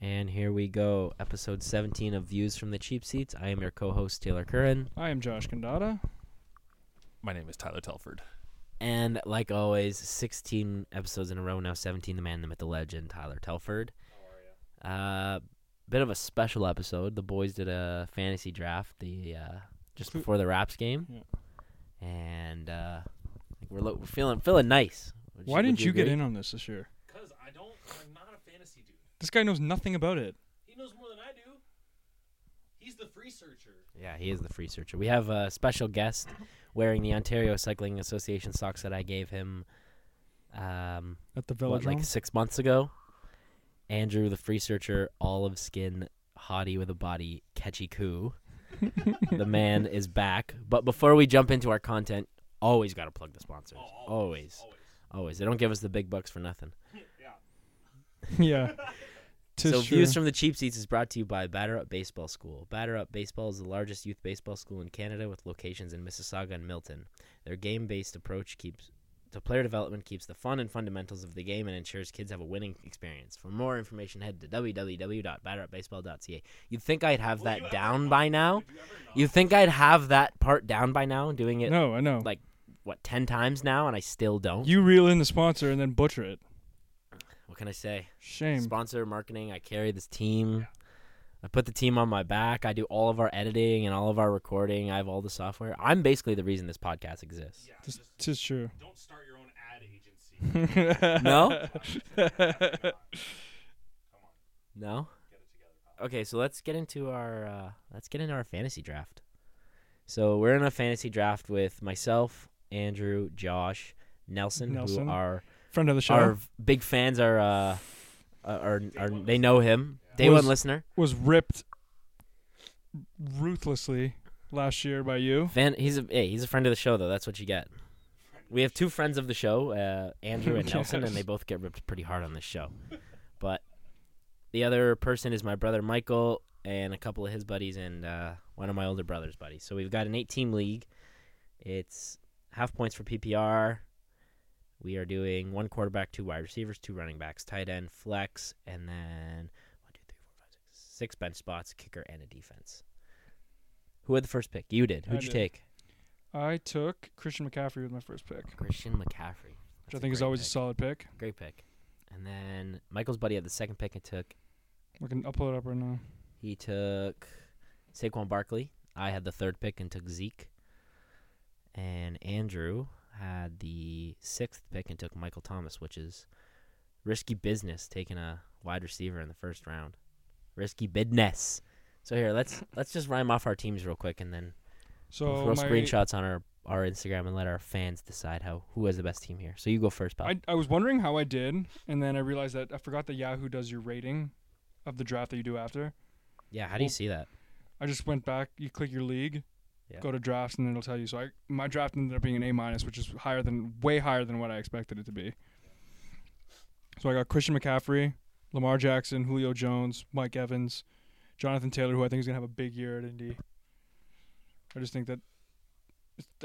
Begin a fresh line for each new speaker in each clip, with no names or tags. And here we go, episode 17 of Views from the Cheap Seats. I am your co host, Taylor Curran.
I am Josh Condata.
My name is Tyler Telford.
And like always, 16 episodes in a row now, 17, the man, the myth, the legend, Tyler Telford. How are you? Uh, bit of a special episode. The boys did a fantasy draft the uh, just
Who-
before the Raps game.
Yeah.
And uh, like we're, lo- we're feeling feeling nice. Would
Why
would
didn't you, get
agree?
in on this this year?
Because I don't, I'm not a fantasy dude.
This guy knows nothing about it.
He knows more than I do. He's the free searcher.
Yeah, he is the free searcher. We have a special guest wearing the Ontario Cycling Association socks that I gave him, um,
At the
what,
Velodrome?
like six months ago. Andrew, the free searcher, olive skin hottie with a body, catchy coo. the man is back. But before we jump into our content, always got to plug the sponsors. always.
Always.
Always. They don't give us the big bucks for nothing.
yeah. Tis
so
true.
views from the cheap seats is brought to you by batter up baseball school batter up baseball is the largest youth baseball school in canada with locations in mississauga and milton their game-based approach keeps to player development keeps the fun and fundamentals of the game and ensures kids have a winning experience for more information head to www.batterupbaseball.ca you'd think i'd have that down by now you think i'd have that part down by now doing it
no, I know.
like what 10 times now and i still don't
you reel in the sponsor and then butcher it.
what can i say
Shame.
sponsor marketing. I carry this team. I put the team on my back. I do all of our editing and all of our recording. I have all the software. I'm basically the reason this podcast exists.
Yeah,
Tis,
just
tis true.
don't start your own ad agency.
No?
Come on,
No?
get it together. pal.
Okay, so let's get into our uh, let's get into our fantasy draft. So we're in a fantasy draft with myself, Andrew, Josh, Nelson,
Nelson.
who are
Friend of the show.
our v- big fans. Are uh, are, are they know him? Day
Was-
one listener.
was ripped ruthlessly last year by you.
Van, he's a hey, he's a friend of the show though. That's what you get. We have two friends of the show, uh, Andrew and Nelson, and they
Yes.
both get ripped pretty hard on this show. But the other person is my brother Michael and a couple of his buddies and uh, one of my older brother's buddies. So we've got an eight-team league. It's half points for PPR. We are doing one quarterback, two wide receivers, two running backs, tight end, flex, and then one, two, three, four, five, six, six bench spots, kicker, and a defense. Who had the first pick? You did.
I
Who'd you
did.
take?
I took Christian McCaffrey with my first pick, which
Christian McCaffrey. That's
I
a
think is
great
always a
pick.
solid pick.
great pick. And then Michael's buddy had the second pick and took
We can upload it up right now.
he took Saquon Barkley. I had the third pick and took Zeke. And Andrew had the sixth pick and took Michael Thomas, which is risky business taking a wide receiver in the first round. Risky business. So here, let's let's just rhyme off our teams real quick and then
So
we'll
my,
throw screenshots on our, our Instagram and let our fans decide how who has the best team here. So you go first, Bob.
I, I was wondering how I did, and then I realized that I forgot that Yahoo does your rating of the draft that you do after.
yeah, how do you
well,
see that?
I just went back. You click your league,
Yeah.
go to drafts, and it'll tell you. So I my draft ended up being an A minus, which is higher than way higher than what I expected it to be. So I got Christian McCaffrey, Lamar Jackson, Julio Jones, Mike Evans, Jonathan Taylor, who I think is gonna have a big year at Indy. I just think that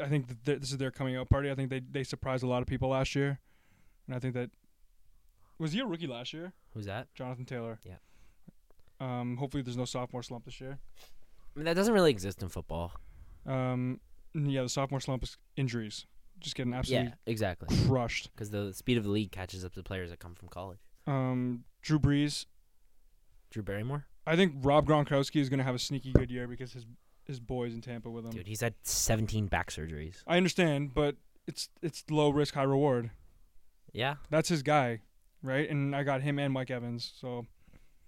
I think that th- this is their coming out party. I think they they surprised a lot of people last year, and I think that was he a rookie last year?
Who's that?
Jonathan Taylor.
Yeah.
Um, hopefully, there's no sophomore slump this year.
I mean, that doesn't really exist in football.
Um, n- yeah, the sophomore slump is injuries. Just getting absolutely
Yeah, exactly.
crushed.
Because the speed of the league catches up to players that come from college.
Um, Drew Brees.
Drew Barrymore,
I think Rob Gronkowski is going to have a sneaky good year because his his boys in Tampa with him.
dude, he's had 17 back surgeries.
I understand, but it's it's low risk, high reward.
Yeah.
That's his guy, right? And I got him and Mike Evans. So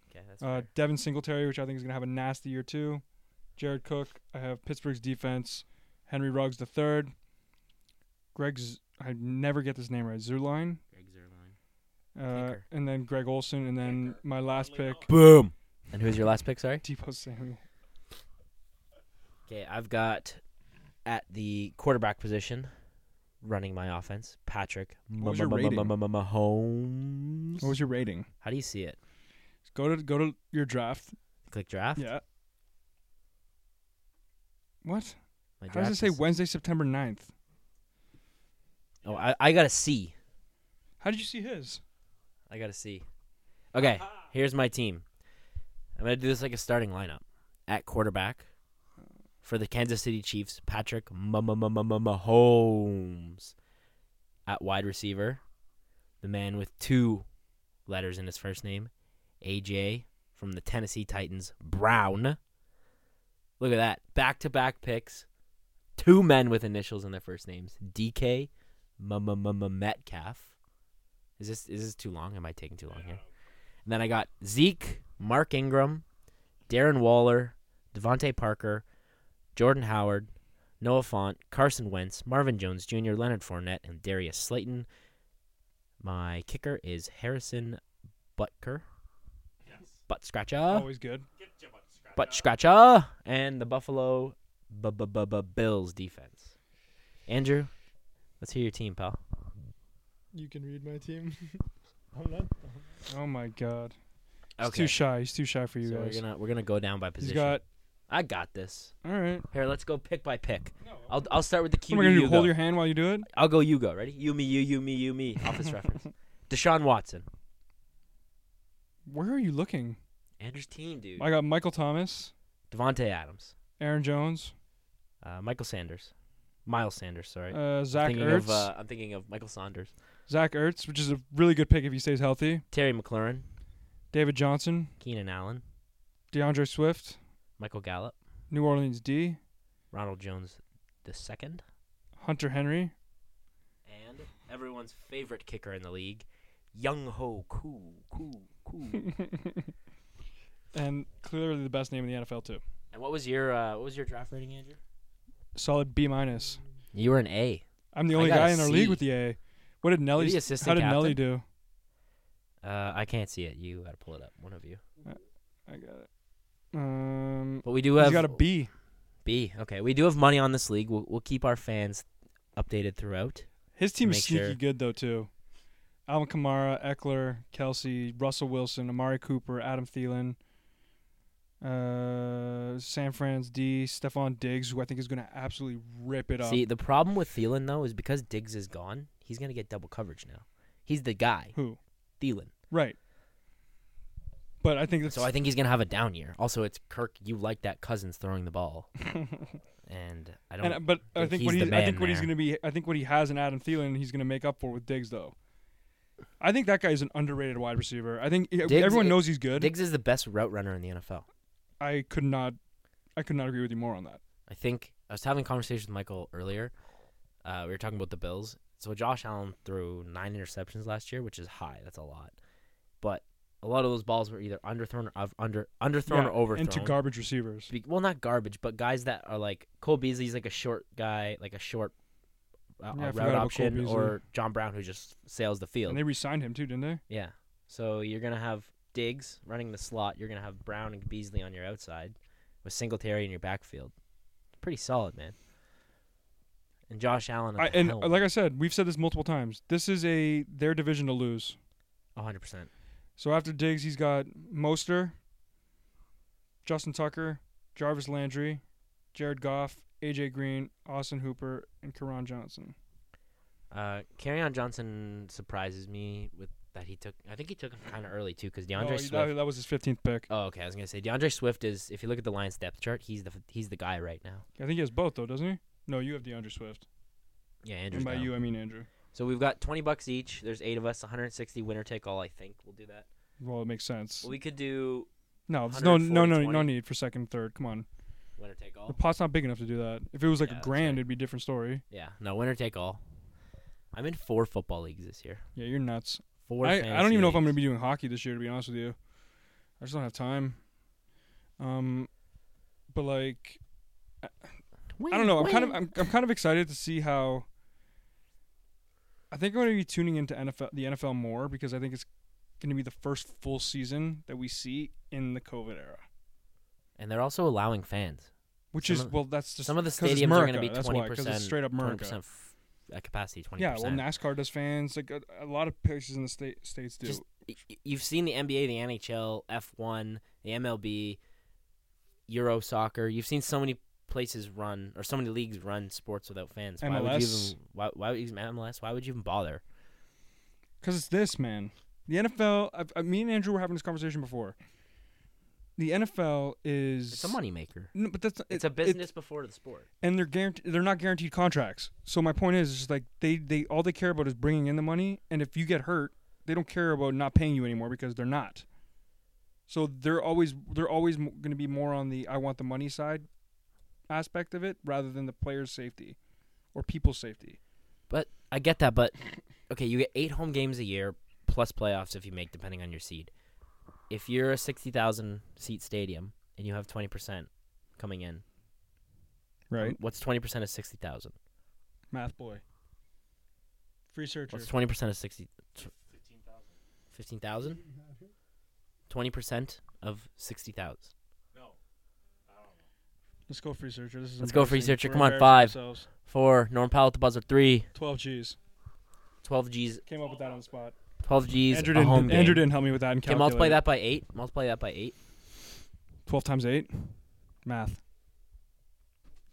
Okay, that's
uh, Devin Singletary, which I think is going to have a nasty year too. Jared Cook. I have Pittsburgh's defense. Henry Ruggs the third. Greg. Z- I never get this name right. Zerline.
Greg Zerline.
Uh,
Kicker.
and then Greg Olson, and then
Kicker.
my last
Only
pick,
Boom. And who's your last pick? Sorry.
Debo Samuel.
Okay, I've got at the quarterback position, running my offense, Patrick
What was your rating?
Mahomes.
What was your rating?
How do you see it?
Go to go to your draft.
Click draft.
Yeah. What?
My
How does it
draft
say
is-
Wednesday, September 9th?
Oh, I, I got a C.
How did you see his?
I got a C. Okay, here's my team. I'm gonna do this like a starting lineup at quarterback for the Kansas City Chiefs. Patrick Mahomes at wide receiver, the man with two letters in his first name, AJ from the Tennessee Titans. Brown. Look at that, back to back picks, two men with initials in their first names. DK Metcalf. Is this is this too long? Am I taking too long here? And then I got Zeke, Mark Ingram, Darren Waller, Devontae Parker, Jordan Howard, Noah Font, Carson Wentz, Marvin Jones Jr., Leonard Fournette, and Darius Slayton. My kicker is Harrison Butker,
Yes.
butt scratcher,
Always good.
Get your butt scratched
butt
out.
scratcher, uh, and the Buffalo bu- bu- bu- bu- Bills defense. Andrew, let's hear your team, pal.
You can read my team. I'm not.
Oh my god. He's too shy. He's too shy for you
so we're
guys.
gonna we're gonna go down by
He's
position.
got
I got this.
all right.
Here, let's go pick by pick. I'll I'll start with the QB.
What am I gonna do?
you
Hold
go.
your hand while you do it?
I'll go you go. Ready? You me you you me you me. Office reference. Deshaun Watson.
Where are you looking?
Andrew's team, dude.
I got Michael Thomas,
Devonte Adams.
Aaron Jones,
Uh, Michael Sanders. Miles Sanders. Sorry.
uh, Zach
thinking
Ertz.
of uh, I'm thinking of Michael Saunders.
Zach Ertz, which is a really good pick if he stays healthy.
Terry McLaurin.
David Johnson,
Keenan Allen.
DeAndre Swift,
Michael Gallup.
New Orleans D,
Ronald Jones, the second,
Hunter Henry,
and everyone's favorite kicker in the league, Young Ho Koo Koo Koo.
and clearly the best name in the NFL too.
and what was your uh, what was your draft rating, Andrew?
Solid B minus.
You were an A.
I'm the
I
only
got a
guy in our league
C.
with the A. What did Nelly?
the assistant
How did
captain?
Nelly do?
Uh, I can't see it. You got to pull it up, one of you.
I got it. Um,
But we do
he's
have
got a B.
B. Okay, we do have money on this league. We'll, we'll keep our fans updated throughout.
His team is
Make
sneaky
sure.
good though too. Alvin Kamara, Eckler, Kelsey, Russell Wilson, Amari Cooper, Adam Thielen, uh, San Fran's D, Stephon Diggs, who I think is going to absolutely rip it up.
See, the problem with Thielen though is because Diggs is gone, he's gonna get double coverage now. He's the guy,
who?
Thielen.
Right. But I think that's
So I think he's gonna have a down year. Also, it's Kirk. You like that Cousins throwing the ball, and I don't.
and, uh, but I
think
think what
he's
he's,
the
I think
man
what he's
there.
going to be I think what he has in Adam Thielen he's going to make up for with Diggs though. I think that guy is an underrated wide receiver. I think
Diggs
everyone
i-
knows he's good.
Diggs is the best route runner in the NFL.
I could not I could not agree with you more on that.
I think I was having a conversation with Michael earlier. Uh, we were talking about the Bills. So Josh Allen threw nine interceptions last year, which is high. That's a lot, but a lot of those balls were either underthrown or of- under underthrown
Yeah,
or overthrown.
into garbage receivers.
be- well, not garbage, but guys that are like Cole Beasley's like a short guy, like a short uh,
Yeah, I
uh,
forgot about
route
Cole
option,
Beasley.
or John Brown who just sails the field.
And they re-signed him too, didn't they?
yeah. So you're gonna have Diggs running the slot. You're gonna have Brown and Beasley on your outside, with Singletary in your backfield. Pretty solid, man. And Josh Allen, at
I,
the
and
helm,
like I said, we've said this multiple times. This is a their division to lose.
100. percent
So after Diggs, he's got Moster, Justin Tucker, Jarvis Landry, Jared Goff, AJ Green, Austin Hooper, and Karan Johnson.
Uh, Carryon Johnson surprises me with that he took. I think he took him kind of early too, because DeAndre
Oh,
Swift.
that, that was his 15th pick.
Oh, okay. I was gonna say DeAndre Swift is. If you look at the Lions depth chart, he's the he's the guy right now.
I think he has both though, doesn't he? No, you have DeAndre Swift.
Yeah,
And
Andrew's
by
down.
you, I mean Andrew.
So we've got twenty bucks each. There's eight of us. 160 winner take all. I think we'll do that.
Well, it makes sense.
Well, we could do
no, there's no, no, no,
140,
no need for second, and third. Come on,
winner take
the
all.
pot's not big enough to do that. If it was like
Oh. Yeah,
a
that's
grand,
right.
it'd be a different story.
Yeah, no winner take all. I'm in four football leagues this year.
Yeah, you're nuts.
Four.
I, I
fantasy
don't even know if I'm
leagues.
going to be doing hockey this year, to be honest with you. I just don't have time. Um, but like, I don't know. I'm kind of I'm, I'm kind of excited to see how. I think I'm going to be tuning into NFL the NFL more because I think it's going to be the first full season that we see in the COVID era,
And they're also allowing fans.
which
Some
is
of-
well, that's just
Some of the
'cause it's
stadiums are going to
America,
be
that's why,
twenty
'cause
percent.
It's straight up
twenty
America.
percent uh, capacity. Twenty
Yeah, well,
percent.
NASCAR does fans. Like a, a lot of places in the state states do.
Just- You've seen the NBA, the NHL, F1, the MLB, Euro soccer. You've seen so many places run or so many leagues run sports without fans. Why would you
MLS.
even why, why would you even MLS? Why would you even bother?
Because it's this, man. The NFL, I, I, me and Andrew were having this conversation before. the NFL is
It's a moneymaker.
No, but that's
It's
it-
a business before the sport.
and they're guaranteed they're not guaranteed contracts. So my point is, it's just like they they all they care about is bringing in the money, and if you get hurt, they don't care about not paying you anymore because they're not. So they're always they're always going to be more on the I want the money side aspect of it rather than the player's safety or people's safety.
But I get that. But okay, you get eight home games a year plus playoffs if you make, depending on your seed. If you're a sixty thousand seat stadium and you have twenty percent coming in, What's twenty percent of sixty thousand?
math boy.
Free searcher.
What's twenty percent of sixty?
Fifteen thousand.
Fifteen thousand. Twenty percent of sixty thousand.
No. I don't know.
Let's go free searcher. This is
Let's go free
embarrassing.
searcher.
We're
Come on,
embarrassing
five.
ourselves.
Four. Norm Powell at the buzzer. Three.
Twelve G's.
12 G's.
Came up with that on the spot.
Twelve G's.
Andrew
a
didn't,
home game.
Andrew didn't help me with that. And
Okay, multiply that by eight. Multiply that by eight.
Twelve times eight, math.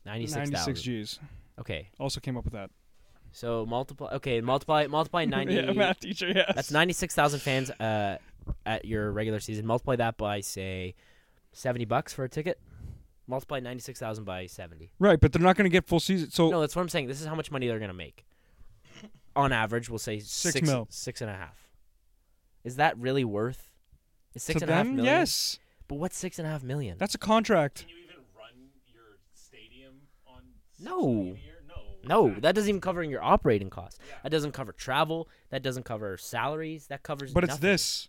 Ninety-six
Ninety-six
thousand.
G's.
Okay,
Also came up with that.
so multiply. Okay, multiply multiply ninety.
yeah, math teacher. Yes.
That's ninety-six thousand fans. Uh, at your regular season, multiply that by say seventy bucks for a ticket. Multiply ninety-six thousand by seventy.
Right, but they're not going to get full season. So
No, that's what I'm saying. This is how much money they're gonna make. On average, we'll say six,
mil.
six and a half. Is that really worth? Is six
to
and a half
them,
million?
yes,
But what's six and a half million?
that's a contract.
Can you even run your stadium on? six
No.
million a year? No.
no,
exactly.
that doesn't even cover your operating costs. That doesn't cover travel. That doesn't cover salaries. That covers.
But it's
nothing.
this.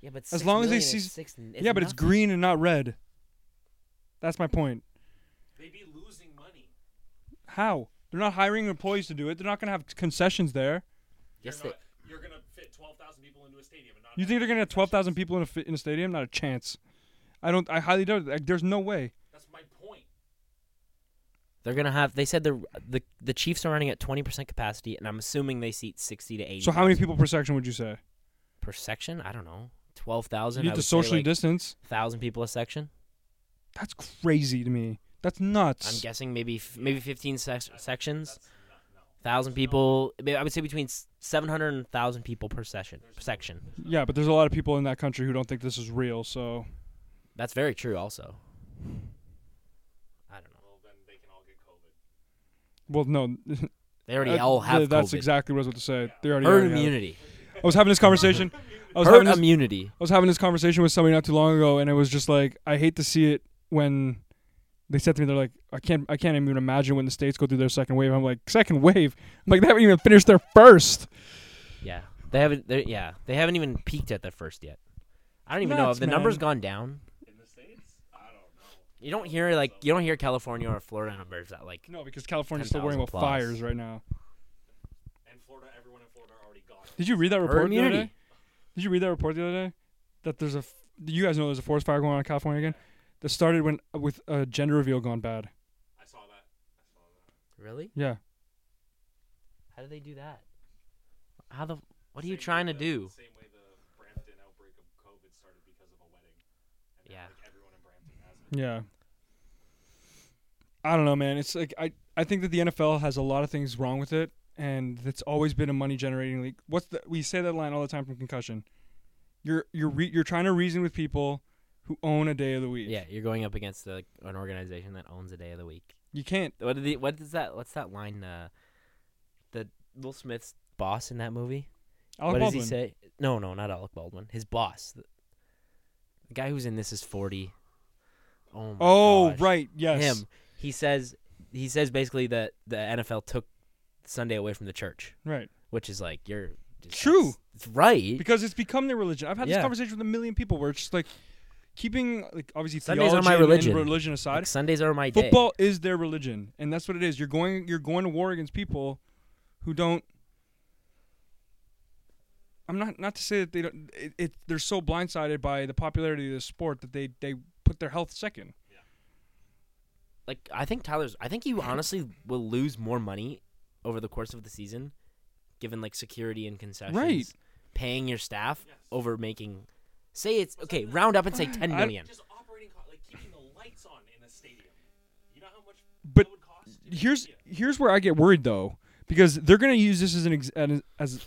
Yeah, but
As long as they
see.
see- yeah, but it's green and not red. That's my point.
They'd be losing money.
How? They're not hiring employees to do it. They're not going to have concessions there.
Yes,
you're,
they-
not, you're gonna fit twelve thousand people into a stadium and not.
You
have
think
any
they're going to have twelve
concessions?
thousand people in a fi- in a stadium? Not a chance. I don't. I highly doubt it. Like, there's no way.
That's my point.
They're gonna have. They said the the the Chiefs are running at twenty percent capacity, and I'm assuming they seat sixty to eighty.
So how many people per section would you say?
per section? I don't know. Twelve thousand.
You need to socially distance.
Thousand people a section.
That's crazy to me. That's nuts.
I'm guessing maybe f- maybe 15 sec- sections,
That's not, no.
thousand people. I mean, I would say between s- 700 and 1,000 people per session. Per section.
yeah, but there's a lot of people in that country who don't think this is real. So
That's very true. Also, I don't know.
Well, then they can all get COVID.
Well, no,
They already
uh,
all have
th- That's
COVID.
exactly what I was about to say. They already,
Herd
already have it.
immunity.
I was having this conversation. I was
Herd
having this,
immunity.
I was having this conversation with somebody not too long ago, and it was just like I hate to see it when they said to me, "They're like, I can't, I can't even imagine when the states go through their second wave." I'm like, second wave? I'm like, they haven't even finished their first.
Yeah, they haven't. they're- Yeah, they haven't even peaked at their first yet. I don't even know
Nuts,
if the numbers
man.
gone down.
In the states, I don't know.
You don't hear like you don't hear California or Florida numbers that like
No, because California's still worrying
10,000 plus.
about fires right now.
And Florida, everyone in Florida already got it.
Did you read that
herd
report the other
immunity.
day? Did you read that report the other day? That there's a, f- you guys know there's a forest fire going on in California again. That started when with a gender reveal gone bad.
I saw that. I saw that.
Really?
Yeah,
How do they do that? How the? What are you
Same way
trying to
the-
do?
Same way the Brampton outbreak of COVID started because of a wedding. And now,
Yeah.
Like, everyone in Brampton has it.
Yeah. I don't know, man. It's like I, I think that the NFL has a lot of things wrong with it, and it's always been a money generating league. What's the we say that line all the time from concussion. You're you're re, you're trying to reason with people who own a day of the week.
Yeah, you're going up against like, an organization that owns a day of the week.
You can't.
What did the, what is that? What's that line? Uh, the Will Smith's boss in that movie.
Alec
what
Baldwin.
does he say? No, no, not Alec Baldwin. His boss, the, the guy who's in this is forty. Oh my
Oh
gosh.
right, yes.
him. He says he says basically that the NFL took Sunday away from the church,
Right.
which is like you're just,
True.
that's- It's right.
Because it's become their religion. I've had
Yeah.
this conversation with a million people where it's just like keeping like obviously
Sundays are
theology
my
and- and
religion.
religion aside.
Like, Sundays are my day.
Football is their religion, and that's what it is. You're going you're going to war against people who don't. I'm not not to say that they don't. It, it they're so blindsided by the popularity of the sport that they they put their health second.
like I think Tyler's I think you honestly will lose more money over the course of the season given like security and concessions paying your staff over making say it's okay round up and say 10
I-
million
Just operating, co- like keeping the lights on in a stadium. You know how much
But
that would cost?
Here's here's where I get worried though, because they're gonna use this as an ex- as as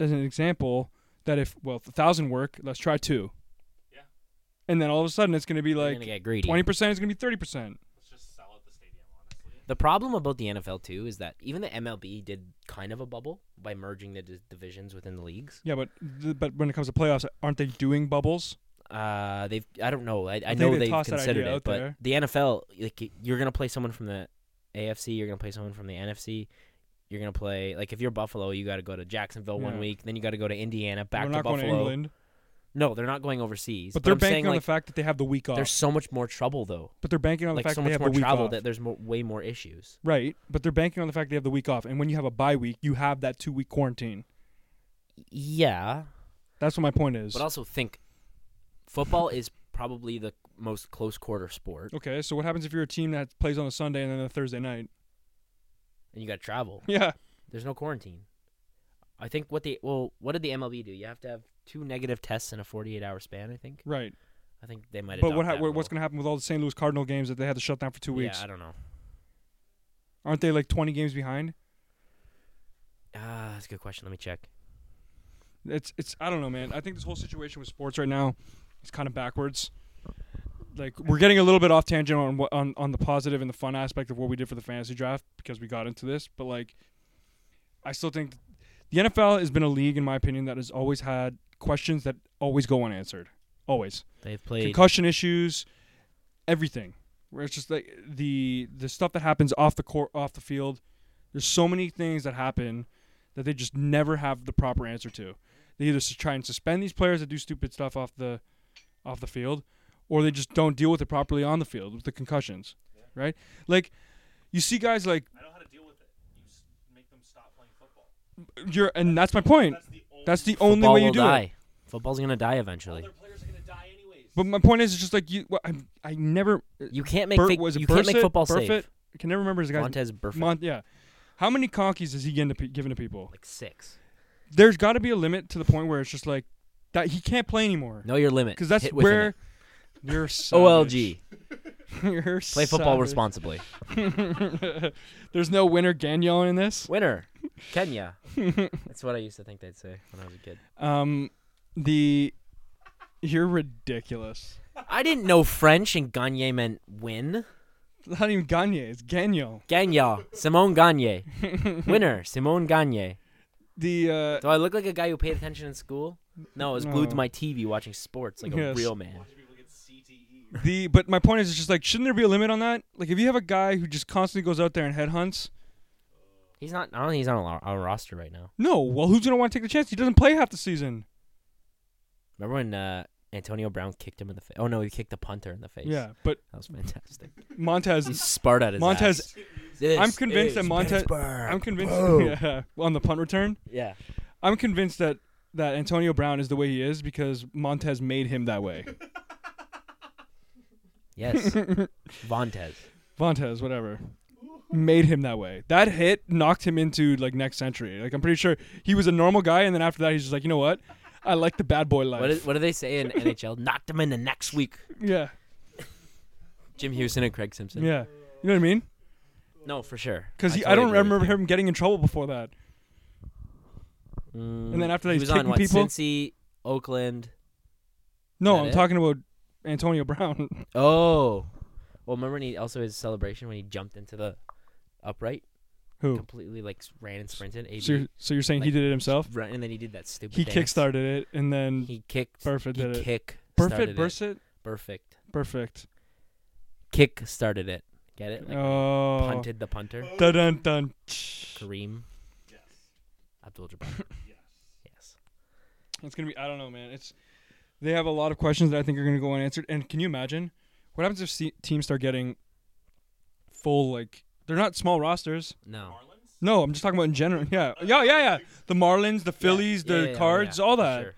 as an example that if well if a thousand work, let's try two.
Yeah.
and then all of a sudden it's going to be
They're
like
gonna get greedy.
twenty percent is going to be thirty percent.
Let's just sell out the stadium, honestly.
The problem about the NFL too is that even the MLB did kind of a bubble by merging the d- divisions within the leagues.
Yeah, but th- but when it comes to playoffs, aren't they doing bubbles?
Uh, they've I don't know. I, I,
think
know
they
they've
tossed that
considered
idea
it,
out
but
there.
the NFL like y- you're gonna play someone from the AFC, you're gonna play someone from the NFC. You're gonna play like if you're Buffalo, you got to go to Jacksonville one
Yeah.
week, then you got to go to Indiana, back
We're
to
not
Buffalo.
going to England,
No, they're not going overseas.
but, they're
I'm saying
banking on
like
the fact that they have the week off.
there's so much more trouble though.
But they're banking on the
Like
fact
so
that they
much
have
more
the week
travel
off.
that there's more, way more issues.
Right, but they're banking on the fact they have the week off, and when you have a bye week, you have that two week quarantine.
Yeah,
That's what my point is.
But also think football is probably the most close quarter sport,
Okay, so what happens if you're a team that plays on a Sunday and then a Thursday night?
and you got to travel.
Yeah,
There's no quarantine. I think what they well, what did the MLB do? You have to have two negative tests in a 48 hour span. I think.
right.
I think they might.
But
adopt
what ha-
that
what's
rule.
going to happen with all the St. Louis Cardinal games that they had to shut down for two weeks?
Yeah, I don't know.
Aren't they like 20 games behind?
Ah, that's a good question. Let me check.
It's it's I don't know, man. I think this whole situation with sports right now is kind of backwards. Like we're getting a little bit off tangent on what on, on the positive and the fun aspect of what we did for the fantasy draft because we got into this, but like I still think the NFL has been a league in my opinion that has always had questions that always go unanswered. Always.
They've played.
concussion issues, everything. Where it's just like the the stuff that happens off the court, off the field. There's so many things that happen that they just never have the proper answer to. They either s- try and suspend these players that do stupid stuff off the off the field, or they just don't deal with it properly on the field with the concussions, right? Like you see guys like
I know how to deal with it. You s- make them stop playing football.
you're, and that's my point.
That's the only.
That's the
Football
only way you
will
do
die.
it.
Football's gonna die eventually.
Other players are gonna die anyways.
But my point is, it's just like you. well, I, I never.
You can't make
Bur-
fake,
was it
you can't make
Burfitt?
football
Burfitt?
safe.
I can never remember his guy's
Montez Burfict,
Mon- yeah. How many conkeys is he getting to pe- giving to people?
like six.
There's got to be a limit to the point where it's just like that he can't play anymore
Know your limit.
because that's
Hit within
where
it.
you're
OLG.
savage. You're
Play football
savage.
responsibly.
There's no winner Gagnon in this.
Winner, Kenya. That's what I used to think they'd say when I was a kid.
Um, the you're ridiculous.
I didn't know French and Gagne meant win.
It's Not even Gagne, it's Gagnon.
Gagne, Simone Gagne, winner, Simone Gagne.
The uh,
Do I look like a guy who paid attention in school? No, I was glued
No.
to my TV watching sports like
Yes.
a real man.
Watching people get CTE.
the but my point is it's just like shouldn't there be a limit on that? Like if you have a guy who just constantly goes out there and headhunts,
He's not. I don't think he's on our, our roster right now.
no, well who's gonna want to take the chance? He doesn't play half the season.
Remember when uh, Antonio Brown kicked him in the face? Oh no, he kicked the punter in the face.
Yeah, but
that was fantastic.
Montez
He sparred at his
Montez-
ass. This
I'm convinced
is
that Montez-
Pittsburgh.
I'm convinced.
Boom.
Yeah, on the punt return,
yeah.
I'm convinced that that Antonio Brown is the way he is because Montez made him that way.
Yes. Vontez.
Vontez, whatever, made him that way. That hit knocked him into like next century. Like I'm pretty sure he was a normal guy, and then after that, he's just like, you know what? I like the bad boy life.
What, is, what do they say in NHL? Knocked him in the next week.
yeah,
Jim Houston and Craig Simpson.
yeah. You know what I mean?
No, for sure.
Because I,
totally
don't
agree with
remember
you.
him getting in trouble before that.
Mm,
And then after that,
he
he's
was on
kicking
what?
people?
Cincy, Oakland.
No,
That
I'm
it?
talking about Antonio Brown.
Oh, well, remember when he also his celebration when he jumped into the upright,
Who?
completely like s- ran and sprinted. AB,
So you're, so you're saying he
Like,
did it himself?
run, and then he did that stupid.
He
dance.
kickstarted it, and then
He kicked.
Burfitt
he
did it.
Kick.
perfect,
started it.
burst it,
Perfect.
perfect.
Kick started it. Get it? Like
oh,
punted the punter.
Dun dun dun.
Kareem
Yes.
Abdul-Jabbar.
Yes.
yes.
It's gonna be. I don't know, man. It's they have a lot of questions that I think are gonna go unanswered. And can you imagine what happens if se- teams start getting full like they're not small rosters.
No.
Marlins.
No, I'm just talking about in general. Yeah, yeah, yeah, yeah. The Marlins, the Phillies,
Yeah,
the
yeah, yeah,
Cards,
yeah,
all
for
that.
sure.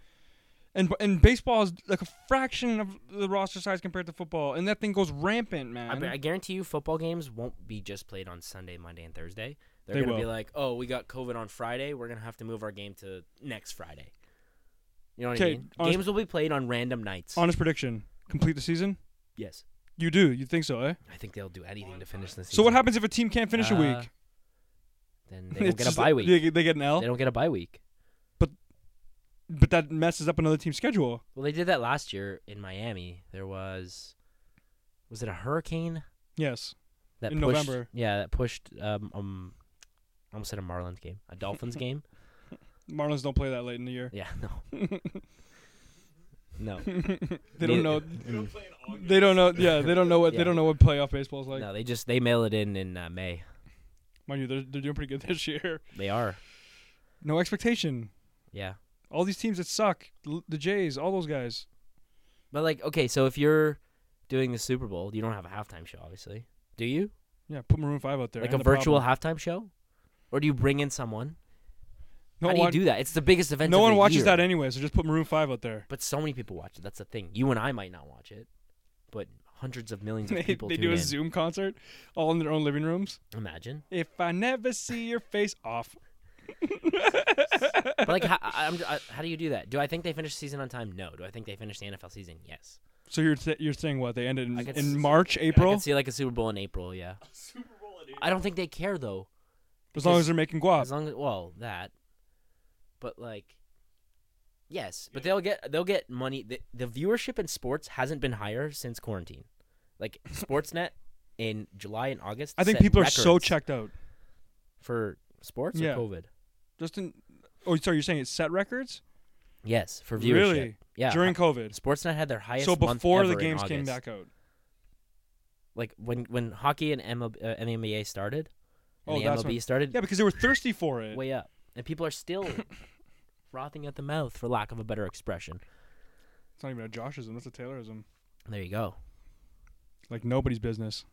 And and baseball is like a fraction of the roster size compared to football, and that thing goes rampant, man.
I, bet- I guarantee you, football games won't be just played on Sunday, Monday, and Thursday. They're
They
gonna be
will.
like, "Oh, we got COVID on Friday. We're gonna have to move our game to next Friday." You know what I
'Kay,
mean?
honest-
Games will be played on random nights.
Honest prediction: complete the season.
yes,
You do. You think so, eh?
I think they'll do anything to finish this.
So what happens if a team can't finish a
Uh,
week?
Then they don't
It's
get a
just-
bye week.
They, they get an L.
They don't get a bye week.
but that messes up another team's schedule.
Well, they did that last year in Miami. There was, was it a hurricane
Yes.
that
In
pushed?
November.
Yeah, that pushed. Um, um, I almost said a Marlins game, a Dolphins game.
Marlins don't play that late in the year.
Yeah, no, no,
They don't know
don't play in August.
they don't know yeah, they don't know what
Yeah.
they don't know what playoff baseball is like.
no. They just they mail it in in uh, May.
Mind you, they're they're doing pretty good this year.
They are.
No expectation.
Yeah.
All these teams that suck, l- the Jays, all those guys.
But like, okay, so if you're doing the Super Bowl, you don't have a halftime show, obviously. Do you?
Yeah, put Maroon Five out there.
like
End
a
the
virtual
problem.
halftime show, or do you bring in someone?
No
How do
one,
you do that? It's the biggest event.
no
of
one
the
watches
year.
that anyway, so just put Maroon Five out there.
But so many people watch it. That's the thing. You and I might not watch it, but hundreds of millions of
They,
people
they
tune
do a
in.
Zoom concert, all in their own living rooms.
Imagine.
If I never see your face off,
But like, how, I, I'm, I, how do you do that? Do I think they finish the season on time? No. Do I think they finish the NFL season? Yes.
so you're th- you're saying what they ended in,
I could
in
s-
March,
I
April,
can see like a Super Bowl in April. Yeah.
Super Bowl in
I don't think they care though.
as long
because-
as they're making guap.
As long as well that, but like, yes, but they'll get they'll get money. The, the viewership in sports hasn't been higher since quarantine. Like Sportsnet in July and August.
I think
set
people are so
records
checked out.
for sports
Yeah.
or COVID.
Just in, oh, sorry, you're saying it set records
Yes, for viewership.
Really?
Yeah.
during COVID.
Sportsnet had their highest.
So
month
before the
ever in
games came
August.
back out.
like when when hockey and MLB, uh, NBA started, and
Oh,
the
that's
MLB
when-
started
Yeah, because they were thirsty for it.
way up, and people are still frothing at the mouth for lack of a better expression.
It's not even a Joshism. That's a Taylorism.
There you go.
Like nobody's business.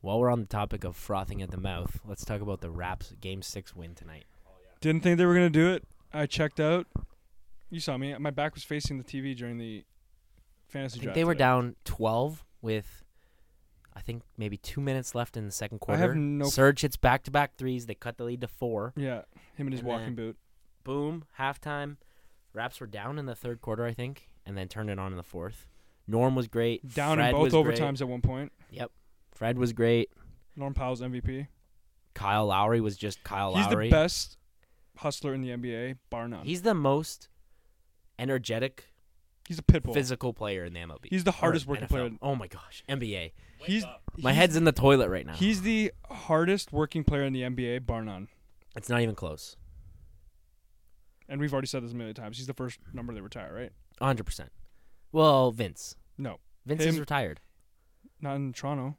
While we're on the topic of frothing at the mouth, let's talk about the Raps Game Six win tonight.
Didn't think they were gonna do it. I checked out. You saw me. My back was facing the TV during the
I
fantasy
think
draft.
they were
today.
down twelve with, I think maybe two minutes left in the second
I
quarter.
have no-
Surge hits back to back threes. They cut the lead to four.
Yeah, him and his
And
walking
then-
boot.
Boom, halftime. Raps were down in the third quarter, I think, and then turned it on in the fourth. Norm was great.
Down
Fred
in
was
both
great.
overtimes at one point.
Fred was great.
Norm Powell's MVP.
Kyle Lowry was just Kyle
He's
Lowry.
the best hustler in the NBA, bar none. He's,
He's the most energetic,
a pit bull.
physical player in the MLB.
He's the
Or
hardest working
NFL.
player.
Oh my gosh, NBA.
He's
My
he's-
head's in the toilet right now.
He's the hardest working player in the NBA, bar none.
It's not even close.
And we've already said this a million times. He's the first number they retire, right?
100. percent Well, Vince.
No,
Vince is
Him-
retired.
not in Toronto.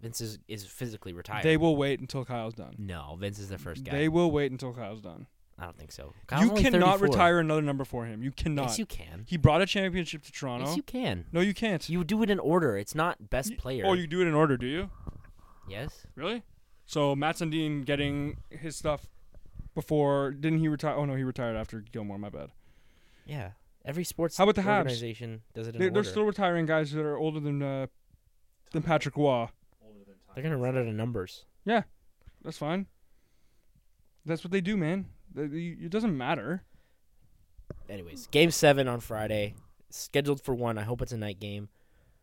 Vince is, is physically retired.
They will wait until Kyle's done.
no, Vince is the first guy.
They will wait until Kyle's done.
I don't think so. Kyle's
you
only
cannot
34.
retire another number for him. You cannot.
Yes, you can.
he brought a championship to Toronto.
Yes, you can.
no, you can't.
You do it in order. It's not best
You-
player.
Oh, you do it in order, do you?
yes.
Really? So Matt Sundin getting his stuff before didn't he retire? Oh no, he retired after Gilmore. My bad.
Yeah. Every sports
How about the Habs?
organization does it in
They,
order.
they're still rotiring guys that are older than uh, than Patrick Waugh.
older than time.
They're gonna run out of numbers.
That's fine. That's what they do, man. They- they- It doesn't matter.
Anyways, game seven on Friday, scheduled for one. I hope it's a night game.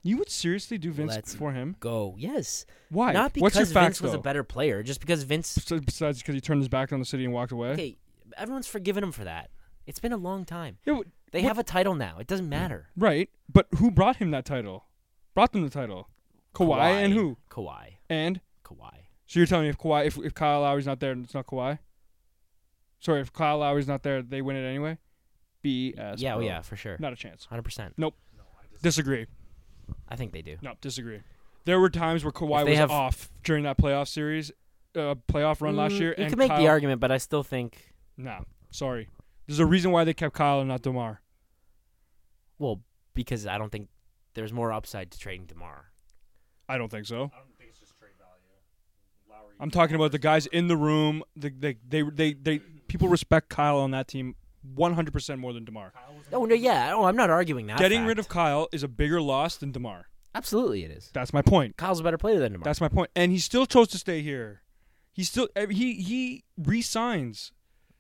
You would seriously do Vince
Let's-
before him?
Go. Yes.
Why?
Not because
What's your facts
Vince was
though?
a better player, just because Vince
So- Besides, because he turned his back on the city and walked away.
Okay, everyone's forgiven him for that. It's been a long time.
Yeah, w-
They
What- Mm.
have a title now. It doesn't matter.
Right, but who brought him that title? Brought them the title. Kawhi, and who?
Kawhi.
And
Kawhi.
so you're telling me if Kawhi, if, if Kyle Lowry's not there, it's not Kawhi. Sorry, if Kyle Lowry's not there, they win it anyway. BS.
yeah, oh
bro.
yeah, for sure.
Not a chance.
100%.
Disagree.
I think they do.
No, disagree. There were times where Kawhi
If they
was
have-
off during that playoff series, uh, playoff run last
Mm,
year.
You
and
can make
Kyle,
the argument, but I still think,
Nah, sorry. There's a reason why they kept Kyle and not Demar.
well, because I don't think there's more upside to trading DeMar.
I don't think so.
I don't think it's just trade value. Lowry.
I'm talking about the guys in the room. The, they, they, they, they, people respect Kyle on that team 100% more than DeMar.
Oh, no, yeah. Oh, I'm not arguing that.
Getting
fact.
rid of Kyle is a bigger loss than DeMar.
Absolutely, it is.
That's my point.
Kyle's a better player than DeMar.
That's my point. And he still chose to stay here. He still, eh, he, he resigns.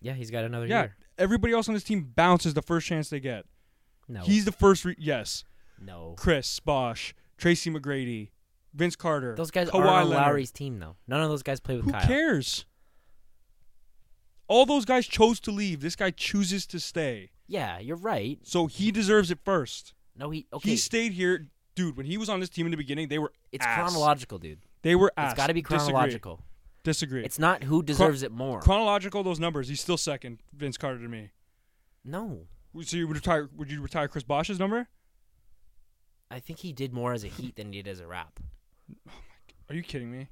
yeah, he's got another
Yeah.
year.
Everybody else on this team bounces the first chance they get.
No.
He's the first, re- yes.
no.
Chris Bosch, Tracy McGrady, Vince Carter.
Those guys
Kawhi
are on
Leonard.
Lowry's team, though. None of those guys play with
Who
Kyle.
cares? all those guys chose to leave. This guy chooses to stay.
Yeah, you're right.
So he deserves it first.
No, he okay.
He stayed here. Dude, when he was on this team in the beginning, they were
it's
ass.
chronological, dude.
They were ass.
It's got to be
Disagree.
chronological.
Disagree.
It's not who deserves it more.
chronological. Those numbers. He's still second, Vince Carter to me.
no,
So you would retire? Would you retire Chris Bosch's number?
I think he did more as a Heat than he did as a Rap.
Are you kidding me?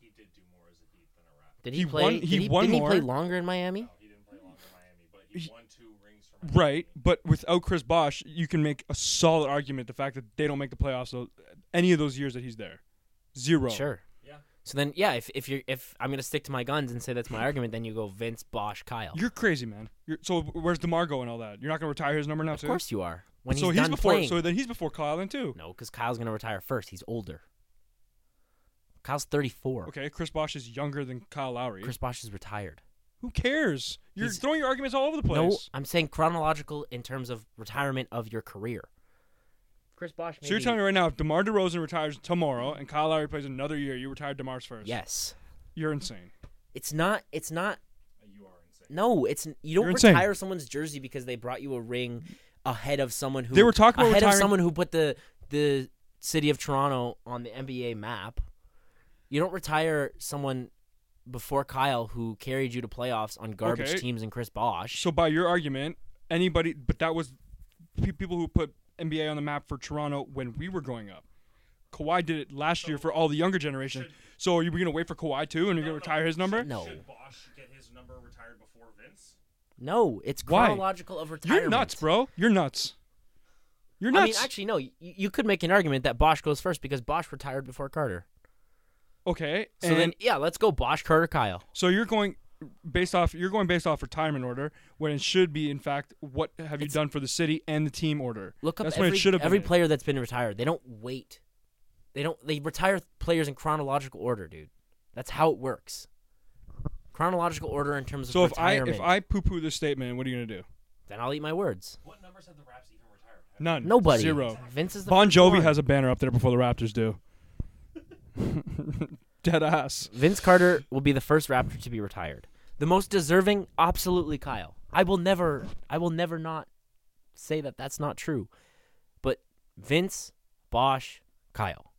He did do more as a Heat than a rap.
Did he,
He
play?
won- he
did he,
won
did he play
more.
longer in Miami?
He didn't play long for Miami, but he,
He-
won two rings for Miami.
Right, but without Chris Bosch, you can make a solid argument the fact that they don't make the playoffs tho- any of those years that he's there. Zero.
Sure.
Yeah.
So then, yeah, if if you're if I'm gonna stick to my guns and say that's my argument, then you go Vince, Bosch, Kyle.
You're crazy, man. You're, so where's DeMargo and all that? You're not going to retire his number now,
of
too?
course you are. When
so
he's,
he's
done
before.
playing,
So then he's before Kyle then too.
no, because Kyle's gonna retire first. He's older. Kyle's 34.
Okay, Chris Bosch is younger than Kyle Lowry.
Chris Bosch is retired.
Who cares? You're
He's-
throwing your arguments all over the place.
No, I'm saying chronological in terms of retirement of your career. Chris Bosch.
so you're telling me right now, if DeMar DeRozan retires tomorrow and Kyle Lowry plays another year, you retire DeMar's first.
Yes.
You're insane.
It's not. It's not.
Uh, You are insane.
No. It's you don't
You're insane.
retire someone's jersey because they brought you a ring ahead of someone who
They were talking about
ahead of
retiring-
someone who put the the city of Toronto on the NBA map. You don't retire someone before Kyle who carried you to playoffs on garbage
Okay.
teams and Chris Bosch.
So by your argument, anybody, but that was pe- people who put NBA on the map for Toronto when we were growing up. Kawhi did it last year for all the younger generation. So are you going to wait for Kawhi too, and you're going to retire his number?
no.
Should Bosch get his number retired before Vince?
No, it's
Why?
chronological of retirement.
You're nuts, bro. You're nuts. You're
I
nuts.
mean, actually, no. You, you could make an argument that Bosch goes first because Bosch retired before Carter.
okay.
So
and
then, yeah, let's go Bosch, Carter, Kyle.
so you're going based off you're going based off retirement order when it should be in fact what have you done for the city and the team order.
Look up
That's
every,
when it should have
every
been.
player that's been retired. They don't wait. They don't. They retire players in chronological order, dude. That's how it works. Chronological order in terms of
so if I
retirement.
if I poo poo this statement, what are you going to do?
then I'll eat my words.
What numbers have the Raps even retired?
None.
Nobody.
Zero.
Vince is the
Bon
first
Jovi
one.
has a banner up there before the Raptors do. Dead ass.
Vince Carter will be the first Raptor to be retired. The most deserving, absolutely, Kyle. I will never, I will never not say that that's not true. But Vince, Bosch, Kyle,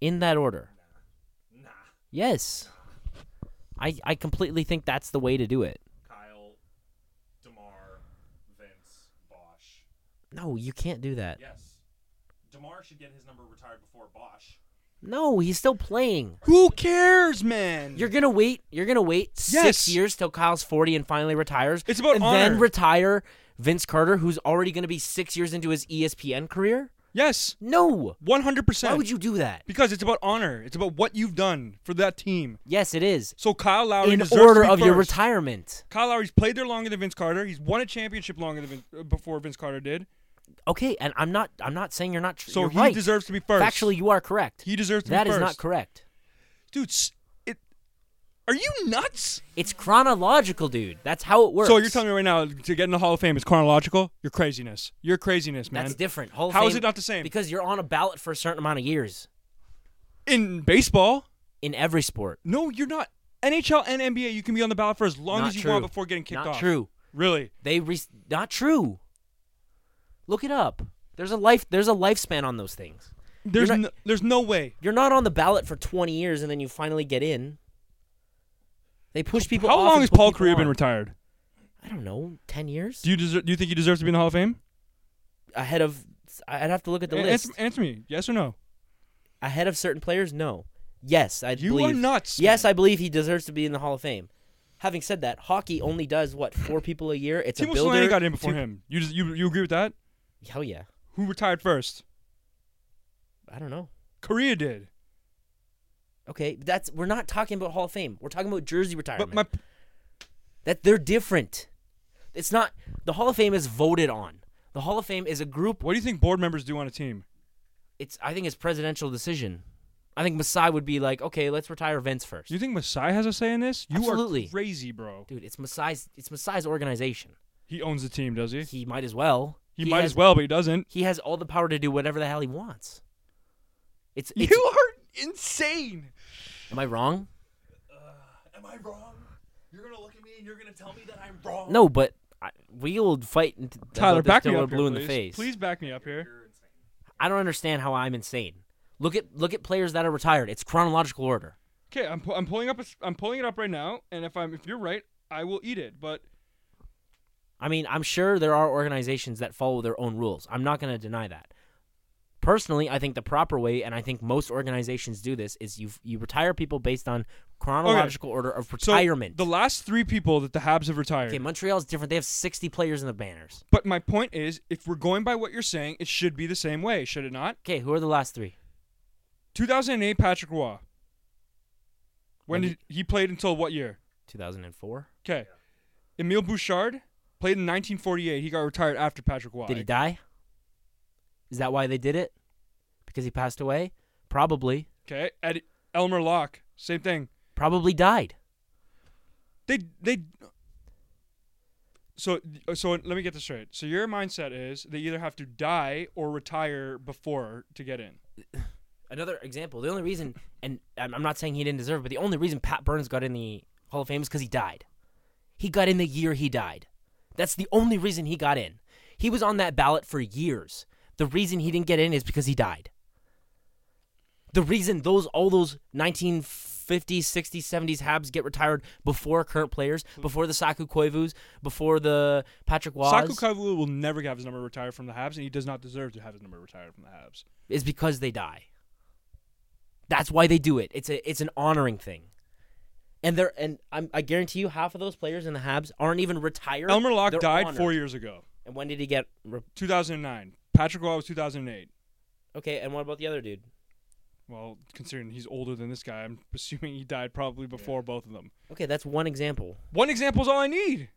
in that order.
Nah.
Yes, I, I completely think that's the way to do it.
Kyle, DeMar, Vince, Bosch.
No, you can't do that.
Yes. DeMar should get his number retired before Bosch.
No, he's still playing.
Who cares, man?
You're gonna wait. You're gonna wait
Yes.
six years till Kyle's forty and finally retires.
It's about
and then
honor.
retire Vince Carter, who's already gonna be six years into his E ESPN career.
yes,
No.
one hundred
Why
percent.
would you do that?
Because it's about honor. It's about what you've done for that team.
Yes, it is.
So Kyle Lowry
In
deserves to
order
be
of your
first.
retirement.
Kyle Lowry's played there longer than Vince Carter. He's won a championship longer than Vin- uh, before Vince Carter did.
Okay, and I'm not I'm not saying you're not tr-
So
you're
he
right.
deserves to be first.
Actually, you are correct.
he deserves to
That
be
is
first.
not correct.
Dude, s- it. Are you nuts?
It's chronological, dude. That's how it works.
So you're telling me right now to get in the Hall of Fame is chronological? Your craziness. Your craziness, man.
That's different. Hall of
How is
Fame-
it not the same?
Because you're on a ballot for a certain amount of years
in baseball.
in every sport.
No, you're not. NHL and NBA, you can be on the ballot for as long
Not
as you
true.
want before getting kicked
not
off.
true.
Really?
They re- not true. Look it up. There's a life there's a lifespan on those things.
There's
not-
no, there's no way.
You're not on the ballot for 20 years and then you finally get in. They push people
How
off
long
and
has
put
Paul
people
Korea been
on.
retired?
I don't know, ten years
Do you deserve, do you think he deserves to be in the Hall of Fame?
ahead of. I'd have to look at the
A-
list
answer, answer me, yes or no.
ahead of certain players. No, yes, I
You are
believe.
nuts,
Yes, I believe he deserves to be in the Hall of Fame. Having said that, hockey only does what four people a year. It's a
Timo
builder.
Solani got in before
two-
him. You, just, you you agree with that?
Hell yeah!
Who retired first?
I don't know.
Korea did.
Okay, that's we're not talking about Hall of Fame. We're talking about jersey retirement.
But my
that they're different. It's not the Hall of Fame is voted on. The Hall of Fame is a group.
what do you think board members do on a team?
It's I think it's presidential decision. I think Masai would be like, okay, let's retire Vince first.
Do you think Masai has a say in this? You
Absolutely.
are crazy, bro.
Dude, it's Masai's it's Masai's organization.
He owns the team, does he?
He might as well.
He, might
has,
as well, but he doesn't.
He has all the power to do whatever the hell he wants. It's, it's
You are insane.
am I wrong?
Am Uh, I wrong? You're gonna look at me and you're gonna tell me that I'm wrong.
No, but I, we will fight until
Tyler,
this
back me
till we're
up
blue
here,
in the
please.
face.
Please back me up here.
You're, you're insane.
I don't understand how I'm insane. Look at look at players that are retired. It's chronological order.
Okay, I'm, pu- I'm pulling up a s- I'm pulling it up right now, and if I'm if you're right, I will eat it. But
I mean, I'm sure there are organizations that follow their own rules. I'm not going to deny that. Personally, I think the proper way, and I think most organizations do this, is you you retire people based on chronological order of
so
retirement.
the last three people that the Habs have retired.
okay, Montreal's different. They have 60 players in the banners.
But my point is, if we're going by what you're saying, it should be the same way, should it not?
Okay, who are the last three?
2008, Patrick Roy. When did he played until what year?
2004.
Okay, Emile Bouchard played in 1948. He got retired after Patrick Roy.
Did he die? Is that why they did it? Because he passed away? Probably.
Okay, Ed, Elmer Locke, same thing.
Probably died.
They they. So so let me get this straight. So your mindset is they either have to die or retire before to get in.
another example. The only reason, and I'm I'm not saying he didn't deserve, it, but the only reason Pat Burns got in the Hall of Fame is because he died. He got in the year he died. That's the only reason he got in. He was on that ballot for years. The reason he didn't get in is because he died. The reason those all those 1950s, 60s, 70s Habs get retired before current players, before the Saku Koivus, before the Patrick Waz,
Saku Kavulu will never have his number retired from the Habs, and he does not deserve to have his number retired from the Habs.
is because they die. That's why they do it. It's a it's an honoring thing. And they're and I'm, I guarantee you half of those players in the Habs aren't even retired.
Elmer Locke
They're
died four
honored.
years ago,
And when did he get? Re-
2009. Patrick Roy was 2008.
okay, and what about the other dude?
Well, considering he's older than this guy, I'm assuming he died probably before both of them.
Okay, that's one example.
One example is all I need.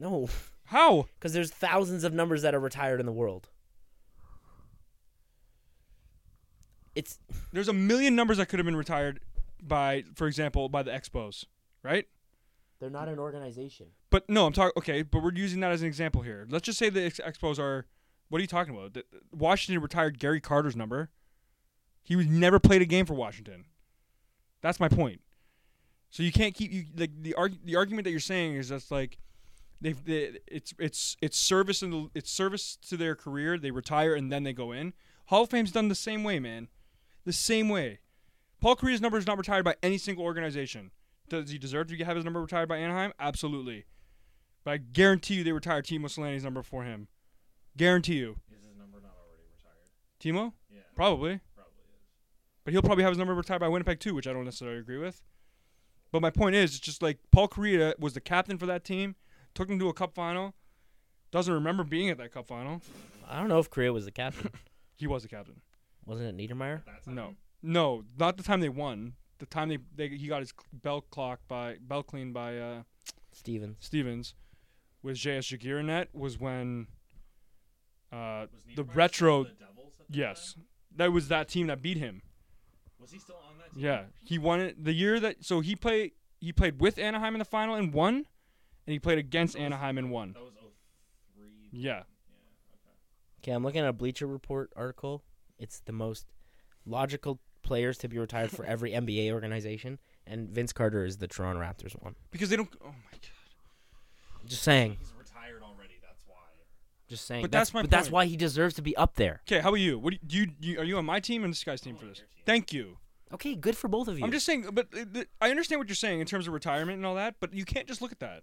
No,
How?
because there's thousands of numbers that are retired in the world. It's
There's a million numbers that could have been retired by, for example, by the Expos, right?
they're not an organization.
But no, I'm talking. Okay, but we're using that as an example here. Let's just say the ex- Expos are. What are you talking about? The- Washington retired Gary Carter's number. He was never played a game for Washington. That's my point. So you can't keep you like the arg- the argument that you're saying is that's like they've they, it's it's it's service in the it's service to their career. They retire and then they go in. Hall of Fame's done the same way, man. The same way. Paul Korea's number is not retired by any single organization. Does he deserve to have his number retired by Anaheim? Absolutely. But I guarantee you they retired Timo Solani's number for him. Guarantee you.
Is his number not already retired?
Timo?
Yeah,
Probably.
probably is.
But he'll probably have his number retired by Winnipeg too, which I don't necessarily agree with. But my point is, it's just like Paul Correa was the captain for that team, took them to a cup final, doesn't remember being at that cup final.
I don't know if Korea was the captain.
He was the captain.
Wasn't it Niedermeyer?
That's
No. No, not the time they won. The time they, they he got his bell clock by bell cleaned by uh,
Stevens.
Stevens with JS Jagier in net was when uh,
Was
the
Niedermeyer still
retro
on The Devils at that
Yes. That was that team that beat him.
time? Was he still on that team?
Yeah. He won it the year that so he played he played with Anaheim in the final and won and he played against Anaheim and won.
That was 03.
Yeah.
Okay, I'm looking at a Bleacher Report article. It's the most logical players to be retired for every NBA organization, and Vince Carter is the Toronto Raptors one.
Because they don't oh my god.
Just saying,
He's retired already. That's why.
just saying.
But
that's,
that's my
But that's
point.
why he deserves to be up there.
Okay, how about you? What do you, do you, you are you on my team and this guy's team for this? Thank you.
Okay, good for both of you.
I'm just saying but uh, th- I understand what you're saying in terms of retirement and all that, but you can't just look at that.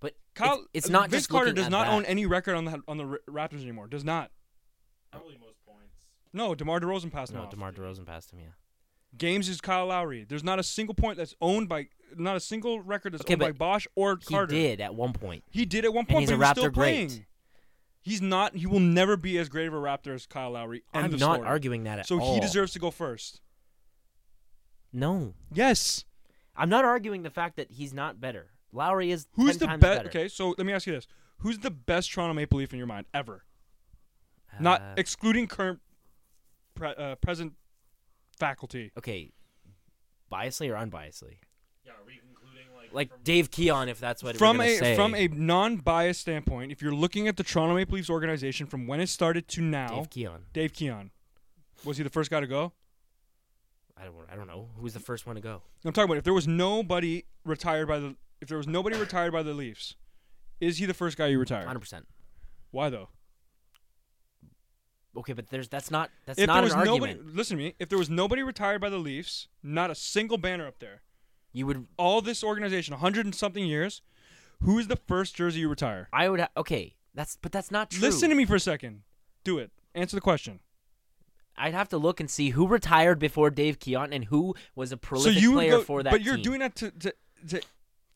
but
Kyle
it's, it's
uh,
not
Vince
just
Carter
looking
does
at
not
that.
own any record on the on the Ra- Raptors anymore. Does not.
Probably most points.
No, DeMar DeRozan passed him
No,
off.
DeMar DeRozan passed him. Yeah.
Games is Kyle Lowry. There's not a single point that's owned by not a single record that's
Okay,
owned by
but
Bosch or Carter.
He did at one point.
He did at one
And
point,
he's
but
a
he was still
Raptor great.
playing. He's not. He will never be as great of a Raptor as Kyle Lowry. End
I'm
of
not
story.
arguing that at
So
all.
he deserves to go first.
No,
Yes.
I'm not arguing the fact that he's not better. Lowry is
Who's
10
the
times
best?
better.
Okay, so let me ask you this: Who's the best Toronto Maple Leaf in your mind ever? not
Uh,
excluding current, pre- uh, present faculty.
okay. Biasly or unbiasedly?
Yeah, are we concluding like
Like
from
Dave Keon, if that's what
From
we're
a
gonna say.
from a non-biased standpoint, if you're looking at the Toronto Maple Leafs organization from when it started to now,
Dave Keon.
Dave Keon, was he the first guy to go?
I don't. I don't know who's the first one to go.
I'm talking about if there was nobody retired by the if there was nobody retired by the Leafs, is he the first guy you retire?
100. percent
Why though?
Okay, but there's that's not that's
if
not
there
an
was
argument.
nobody, listen to me. If there was nobody retired by the Leafs, not a single banner up there.
You would.
All this organization, 100 and something years, who is the first jersey you retire?
I would. ha- Okay, that's but that's not true.
Listen to me for a second. Do it. Answer the question.
I'd have to look and see who retired before Dave Keon and who was a prolific
so you would
player
go,
for that.
but you're
team.
doing that to, to, to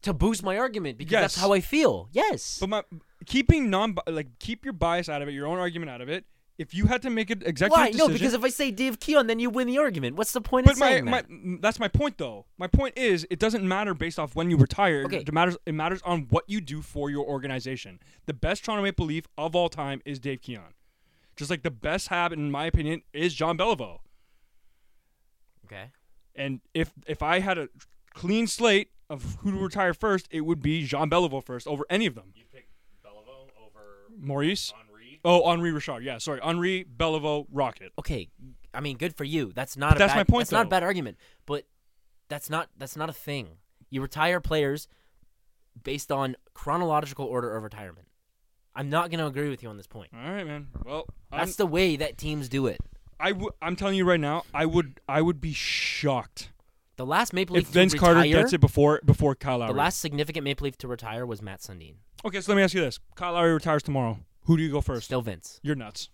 to boost my argument because that's
Yes.
how I feel. Yes.
but my keeping non like keep your bias out of it, your own argument out of it. If you had to make an executive
Why?
decision,
No, because if I say Dave Keon, then you win the argument. What's the point
But
of
my,
saying
my
that?
that's my point though. My point is it doesn't matter based off when you retire.
Okay.
It matters it matters on what you do for your organization. The best Toronto Maple Leaf of all time is Dave Keon. Just like the best Hab in my opinion is John Beliveau.
Okay.
And if if I had a clean slate of who to retire first, it would be Jean Beliveau first over any of them.
You pick Beliveau over
Maurice?
Henri.
Oh, Henri Richard. Yeah, sorry. Henri Beliveau Rocket.
Okay. I mean, good for you. That's not.
But
a
that's
bad,
my point,
That's not a
though.
bad argument. But that's not. That's not a thing. You retire players based on chronological order of retirement. I'm not going to agree with you on this point.
All right, man. Well, I'm,
That's the way that teams do it.
I w- I'm telling you right now, I would I would be shocked
The last Maple Leaf
if Vince
to retire,
Carter gets it before before Kyle Lowry.
the last significant Maple Leaf to retire was Matt Sundin.
okay, so let me ask you this: Kyle Lowry retires tomorrow. Who do you go first?
Still Vince.
You're nuts.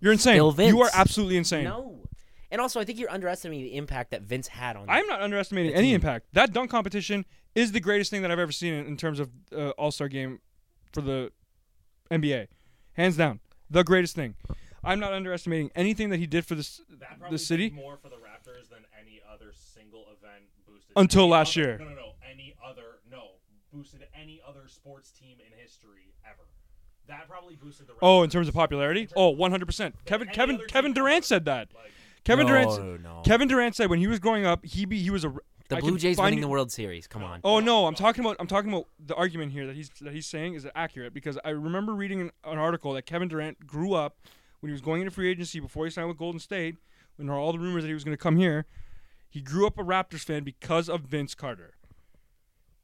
You're insane.
Still Vince.
You are absolutely insane.
No. And also, I think you're underestimating the impact that Vince had on.
I'm not underestimating
The
any
team.
impact. That dunk competition is the greatest thing that I've ever seen in, in terms of uh, All Star game for the NBA, hands down, the greatest thing. I'm not underestimating anything that he did for this
That probably did
city?
more for the Raptors than any other single event boosted
Until
any
last
other-
year.
No, no, no. Any other no boosted any other sports team in history ever. That probably boosted the. Raptors.
Oh, in terms of popularity? Oh, 100%. Kevin
Any
Kevin
other
Kevin
team
Durant
ever.
said that.
Like,
Kevin
No,
Durant
no.
Kevin Durant said when he was growing up, he be, he was a
the
I
Blue
can
Jays
find
winning
you-
the World Series. Come on.
Oh no, I'm talking about I'm talking about the argument here that he's that he's saying is accurate because I remember reading an, an article that Kevin Durant grew up when he was going into free agency before he signed with Golden State when there were all the rumors that he was going to come here. He grew up a Raptors fan because of Vince Carter.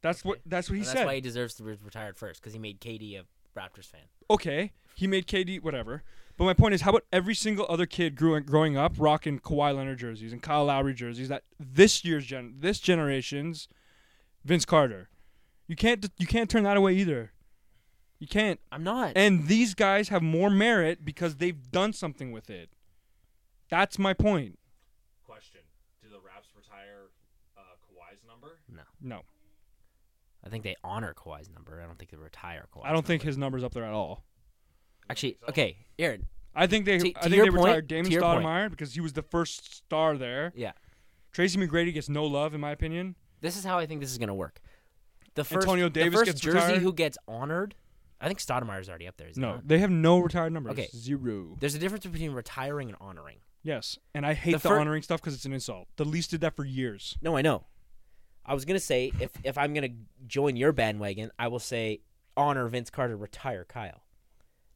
That's what that's what he
And that's
said.
why he deserves to be retired first because he made KD a Raptors fan.
okay, he made KD whatever. But my point is, how about every single other kid growing growing up rocking Kawhi Leonard jerseys and Kyle Lowry jerseys that this year's gen this generation's Vince Carter. You can't you can't turn that away either. You can't.
I'm not.
And these guys have more merit because they've done something with it. That's my point.
question: Do the Raps retire uh, Kawhi's number?
No,
I think they honor Kawhi's number. I don't think they retire Kawhi.
I don't think his number's up there at all.
Actually, okay, Aaron.
I think they
To-
I
to
think
your
they
point-
retired
to
Damon
your point.
Stoudemire because he was the first star there.
Yeah.
Tracy McGrady gets no love in my opinion.
This is how I think this is gonna work. The first
Antonio
the
Davis
first
gets
jersey
retired?
who gets honored. I think Stoudemire's already up there. Is he
No,
not?
they have no retired numbers.
Okay.
Zero.
There's a difference between retiring and honoring.
Yes, and I hate
The
the,
fir-
honoring stuff because it's an insult. The Leafs did that for years.
No, I know. I was gonna say if if I'm gonna join your bandwagon, I will say honor Vince Carter, retire Kyle.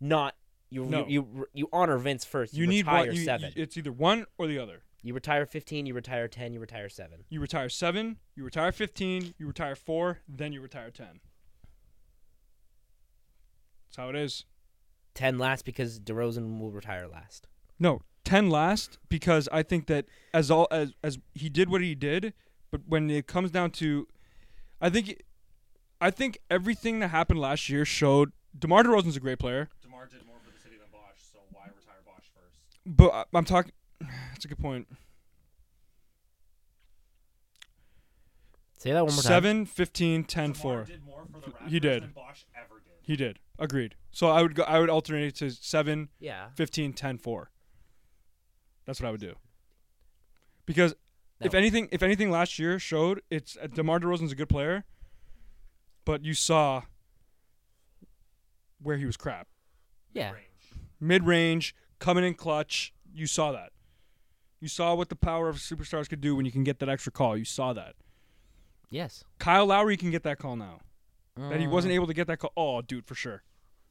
Not you.
No.
You, you you honor Vince first. You,
You need
retire
one. you-
seven.
you- it's either one or the other.
you retire fifteen. You retire ten. You retire seven.
You retire seven, you retire fifteen, you retire four, then you retire ten. That's how it is.
Ten last because DeRozan will retire last.
No, ten last because I think that as all as as he did what he did, but when it comes down to, I think, I think everything that happened last year showed. Demar Derozan's a great player.
Demar did more for the city than Bosch, so why retire Bosch first?
But I- I'm talking. That's a good point.
Say that one more time.
Seven, fifteen, ten,
Demar
four.
did more for the Raptors
He did.
than Bosch ever did.
He did. Agreed. So I would go. I would alternate to seven,
Yeah.
15, 10, 4. That's what I would do. Because if
No.
anything, if anything, last year showed it's uh, Demar Derozan's a good player, but you saw where he was crap.
Yeah.
Range.
Mid range, coming in clutch. You saw that. You saw what the power of superstars could do when you can get that extra call. You saw that.
Yes. Mm.
Kyle Lowry can get that call now. That he wasn't able to get that call. Oh, dude, for sure.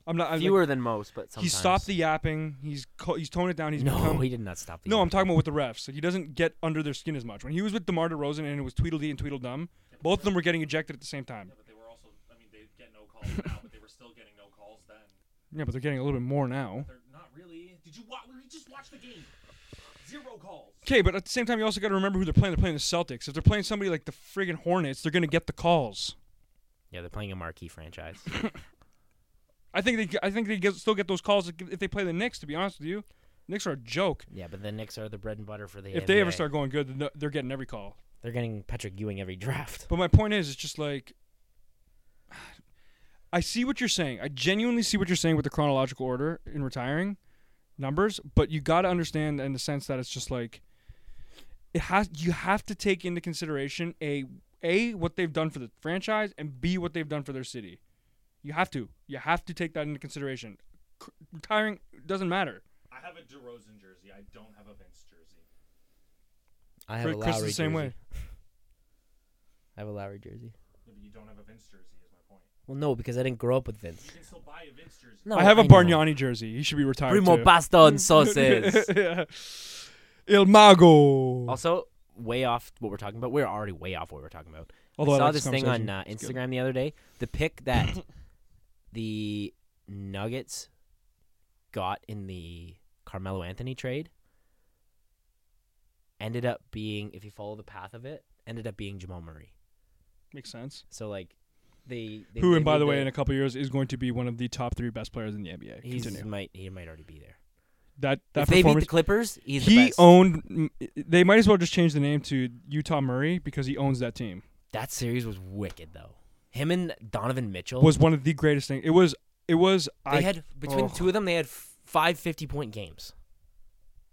I'm not. I'm like-
Fewer than most, but sometimes.
he stopped the yapping. He's co- he's toned it down. He's
no,
become,
he did not stop the.
no. I'm
yapping.
talking about with the refs. Like, he doesn't get under their skin as much. When he was with Demar Derozan and it was Tweedledee and Tweedledum, both of them were getting ejected at the same time.
Yeah, but they were also. I mean, they get no calls now, but they were still getting no calls then.
Yeah, but they're getting a little bit more now.
They're not really. Did you watch? We just watched the game. Zero calls.
Okay, but at the same time, you also got to remember who they're playing. They're playing the Celtics. If they're playing somebody like the friggin' Hornets, they're gonna get the calls.
Yeah, they're playing a marquee franchise.
I think they I think they get, still get those calls if they play the Knicks. To be honest with you, Knicks are a joke.
yeah, but the Knicks are the bread and butter for the.
If they ever
NBA.
start going good, then they're getting every call.
they're getting Patrick Ewing every draft.
But my point is, it's just like I see what you're saying. I genuinely see what you're saying with the chronological order in retiring numbers, but you got to understand in the sense that it's just like it has. You have to take into consideration a a what they've done for the franchise and b what they've done for their city. You have to. You have to take that into consideration. C- retiring doesn't matter.
I have a DeRozan jersey. I don't have a Vince jersey.
I have a
Chris- Chris
Lowry
is the same
jersey.
way.
I have a Lowry jersey.
Yeah, but you don't have a Vince jersey. Is my point.
Well, no, because I didn't grow up with Vince.
You can still buy a Vince jersey.
No,
I have a
know.
Bargnani jersey. He should be retired.
Primo
too.
pasta and sauces.
yeah. Il Mago.
also, way off what we're talking about. We're already way off what we're talking about.
Although
I saw
like
this thing on
conversation.
uh,
It's good.
Instagram the other day. The pick that the Nuggets got in the Carmelo Anthony trade ended up being, if you follow the path of it, ended up being Jamal Murray.
Makes sense.
So like, they, they
Who,
they
and by
moved
the way,
it-
in a couple of years is going to be one of the top three best players in the NBA.
he's
Continue.
might he might already be there.
That that
if they beat the
performance.
Clippers, he's the
he
best.
owned. They might as well just change the name to Utah Murray because he owns that team.
that series was wicked though. Him and Donovan Mitchell
Was one of the greatest things. It was. It was.
They
I
had between
oh.
the two of them, they had f- five 50 point games.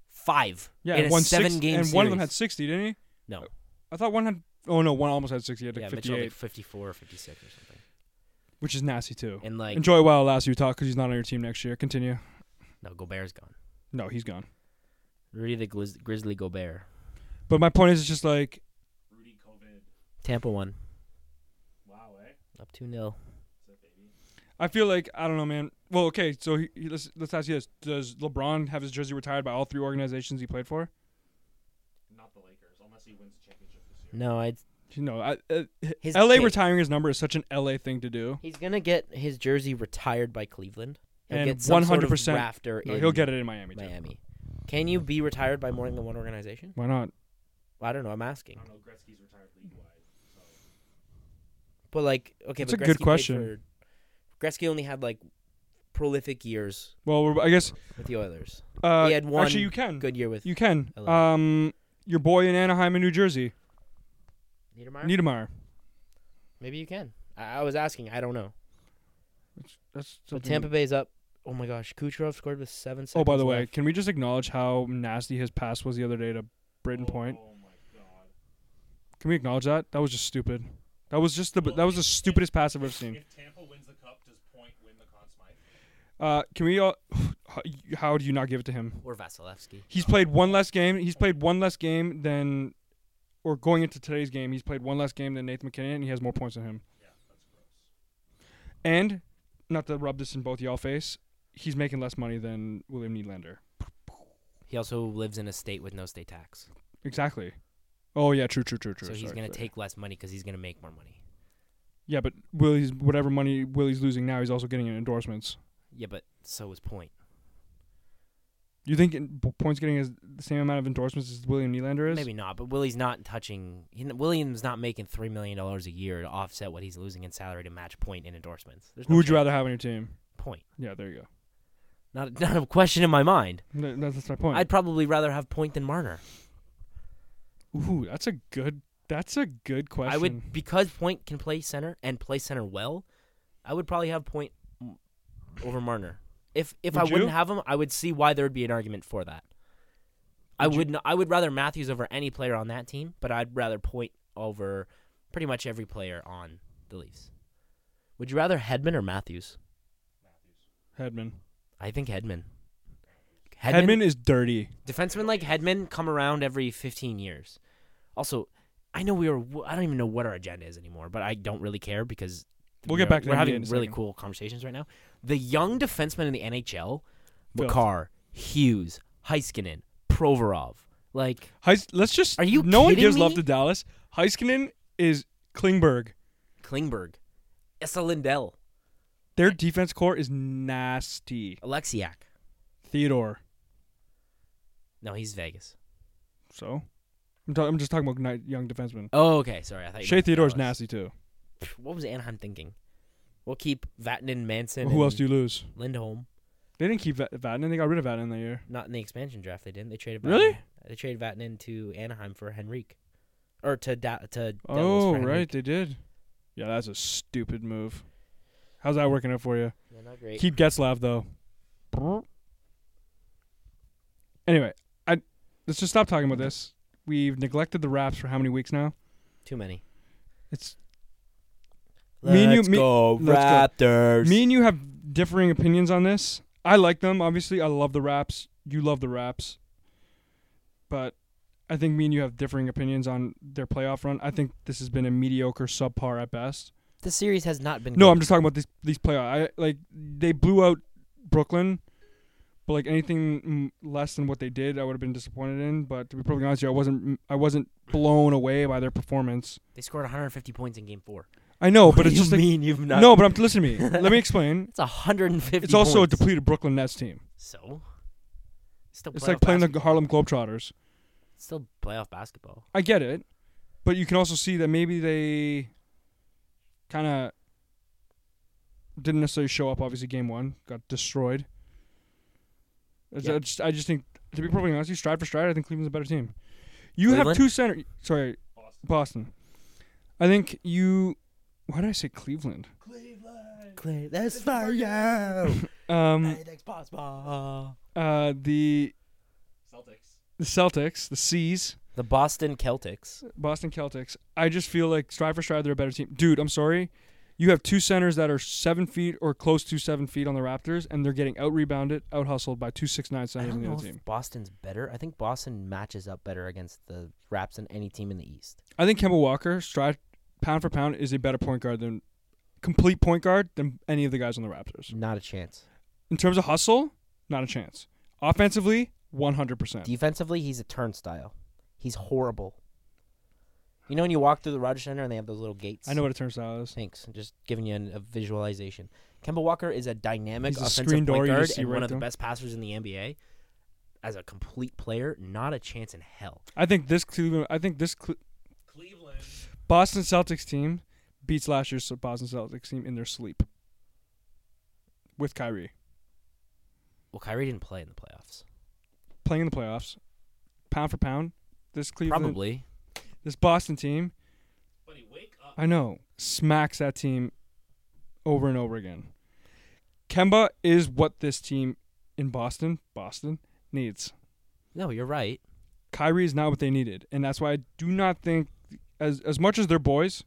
Five.
yeah.
in a
won
seven
six,
game
and one of them
series.
had sixty, didn't he?
No.
I thought one had. Oh no, one almost had sixty. He had like
yeah, Mitchell had,
fifty-eight,
like 54 or 56 or something.
which is nasty too.
And like,
Enjoy while it lasts, Utah, because he's not on your team next year. Continue.
no, Gobert's gone.
No, he's gone.
Rudy the Grizz- Grizzly Gobert.
But my point is, it's just like
Rudy COVID.
Tampa won.
Wow, eh?
Up 2 0.
What's that, baby?
I feel like I don't know, man. Well, okay, so he, he- let's let's ask you this: Does LeBron have his jersey retired by all three organizations he played for?
Not the Lakers, unless he wins the championship this year.
No, I'd,
No, I, uh,
His
L.A.
pick.
retiring his number is such an L.A. thing to do.
he's going to get his jersey retired by Cleveland. He'll
And
get some sort of
100%
rafter
No,
in
he'll get it in Miami. Too.
Miami. Can you be retired by more than one organization?
Why not?
I don't know. I'm asking.
I don't know. Gretzky's retired league wide, so
But like, okay,
That's
but
a
Gretzky
good
played
question.
For, Gretzky only had like prolific years
Well, we're, I guess
with the Oilers.
uh,
He had one
actually you can
Good year with
you can
LA.
um your boy in Anaheim in New Jersey
Niedermeyer.
Niedermeyer.
Maybe you can. I, I was asking. I don't know.
That's
But
something-
Tampa Bay's up. Oh my gosh, Kucherov scored with seven seconds.
Oh, by the way,
left.
can we just acknowledge how nasty his pass was the other day to Braden
oh,
Point?
Oh my god.
Can we acknowledge that? That was just stupid. That was just the
Well,
that was the
if-
stupidest pass I've ever seen.
If Tampa wins the cup, does Point win the Conn Smythe?
Uh, can we all? How do you not give it to him?
or Vasilevsky.
He's played one less game. He's played one less game than, or going into today's game, he's played one less game than Nathan McKinnon, and he has more points than him.
Yeah, that's gross.
And, not to rub this in both y'all face, he's making less money than William Nylander.
He also lives in a state with no state tax,
Exactly. Oh yeah, true, true, true, true.
so he's
Sorry,
gonna
sorry.
take less money because he's gonna make more money.
Yeah, but Willie's whatever money Willie's losing now, he's also getting in endorsements.
Yeah, but so is Point.
You think in- points getting his, the same amount of endorsements as William Nylander is?
Maybe not, but Willie's not touching. He, William's not making three million dollars a year to offset what he's losing in salary to match Point in endorsements. There's
Who
no
would you
chance.
rather have on your team?
Point.
Yeah, there you
Not not a question in my mind.
go. Th- That's, that's my point.
I'd probably rather have Point than Marner.
Ooh, that's a good. That's a good question.
I would because Point can play center and play center well. I would probably have Point m- over Marner. If if I
Would you?
wouldn't have him, I would see why there would be an argument for that. I
Would you-
would n- I would rather Matthews over any player on that team, but I'd rather Point over pretty much every player on the Leafs. Would you rather Hedman or Matthews?
Headman.
I think Hedman.
Hedman, is dirty.
defensemen like Hedman come around every 15 years. Also, I know we were. I don't even know what our agenda is anymore, but I don't really care because
We'll get back to
we're
the NBA in
having
a
really
second.
cool conversations right now. The young defensemen in the NHL:
Filth.
McCarr, Hughes, Heiskanen, Provorov. Like
Heis- let's just.
Are you
No one
kidding
gives love
me?
to Dallas. Heiskanen is Klingberg.
Klingberg, Essa Lindell,
Their defense core is nasty.
Alexiak.
Theodore.
No, he's Vegas.
So, I'm, ta- I'm just talking about night- young defensemen.
Oh, okay. Sorry, I thought you
Shea
meant
Theodore's
Dallas.
nasty too.
Pff, What was Anaheim thinking? We'll keep Vatanen, Manson.
Who else do you lose?
you? Lindholm.
They didn't keep Va- Vatanen. They got rid of Vatanen that year.
Not in the expansion draft. They didn't. They traded.
Really?
Vatanen- They traded Vatanen to Anaheim for Henrique, or to da- to. Devils
Oh,
for Henrique.
right, they did. Yeah, that's a stupid move. How's that working out for you?
Yeah, not great.
Keep Getzlav though. Anyway, I let's just stop talking about this. We've neglected the Raps for how many weeks now?
Too many.
It's Me and you- me-
go
let's
Raptors.
me and you have differing opinions on this. I like them, obviously. I love the Raps. You love the Raps, but I think me and you have differing opinions on their playoff run. I think this has been a mediocre, subpar at best.
the series has not been.
No,
good.
I'm just talking about these these playoff. I like they blew out Brooklyn, but like anything mm, less than what they did, I would have been disappointed in. But to be perfectly honest, with you, I wasn't I wasn't blown away by their performance.
They scored 150 points in Game Four.
I know, Oh, but
What
it's
do you
just like,
mean you've not.
no. But I'm listen to me. Let me explain.
it's 150.
It's also a
points.
depleted Brooklyn Nets team.
So, still
It's
playoff
like playing
basket-
the Harlem Globetrotters.
still playoff basketball.
I get it, but you can also see that maybe they kind of didn't necessarily show up. Obviously, game one got destroyed. Is
Yeah.
that just- I just think, to be perfectly honest, with you stride for stride, I think Cleveland's a better team. You have
Cleveland?
two center. Sorry,
Boston.
Boston. I think you. Why did I say Cleveland?
Cleveland.
Clay, that's fire.
Um,
the
uh, the
Celtics.
the Celtics, the C's,
Boston Celtics.
Boston Celtics. I just feel like stride for stride, they're a better team. Dude, I'm sorry. You have two centers that are seven feet or close to seven feet on the Raptors, and they're getting out rebounded, out hustled by two six nine
I
centers on
don't
the
know
other
if
team.
Boston's better. I think Boston matches up better against the Raps than any team in the East.
I think Kemba Walker, stride pound for pound, is a better point guard than complete point guard than any of the guys on the Raptors.
Not a chance.
In terms of hustle, not a chance. Offensively, one hundred percent.
Defensively, he's a turnstile. He's horrible. You know when you walk through the Rogers Center and they have those little gates.
I know what a turnstile is.
Thanks. I'm just giving you an, a visualization. Kemba Walker is a dynamic
He's a
offensive point
screen door you
guard
just see
and one
right
of the
through.
best passers in the NBA. As a complete player, not a chance in hell.
I think this Cleveland. I think this Cle-
Cleveland.
Boston Celtics team beats last year's Boston Celtics team in their sleep with Kyrie
Well, Kyrie didn't play in the playoffs.
playing in the playoffs, pound for pound. This Cleveland,
Probably.
this Boston team,
Buddy, wake up.
I know, smacks that team over and over again. Kemba is what this team in Boston, Boston needs.
No, you're right.
Kyrie is not what they needed, and that's why I do not think as as much as their boys,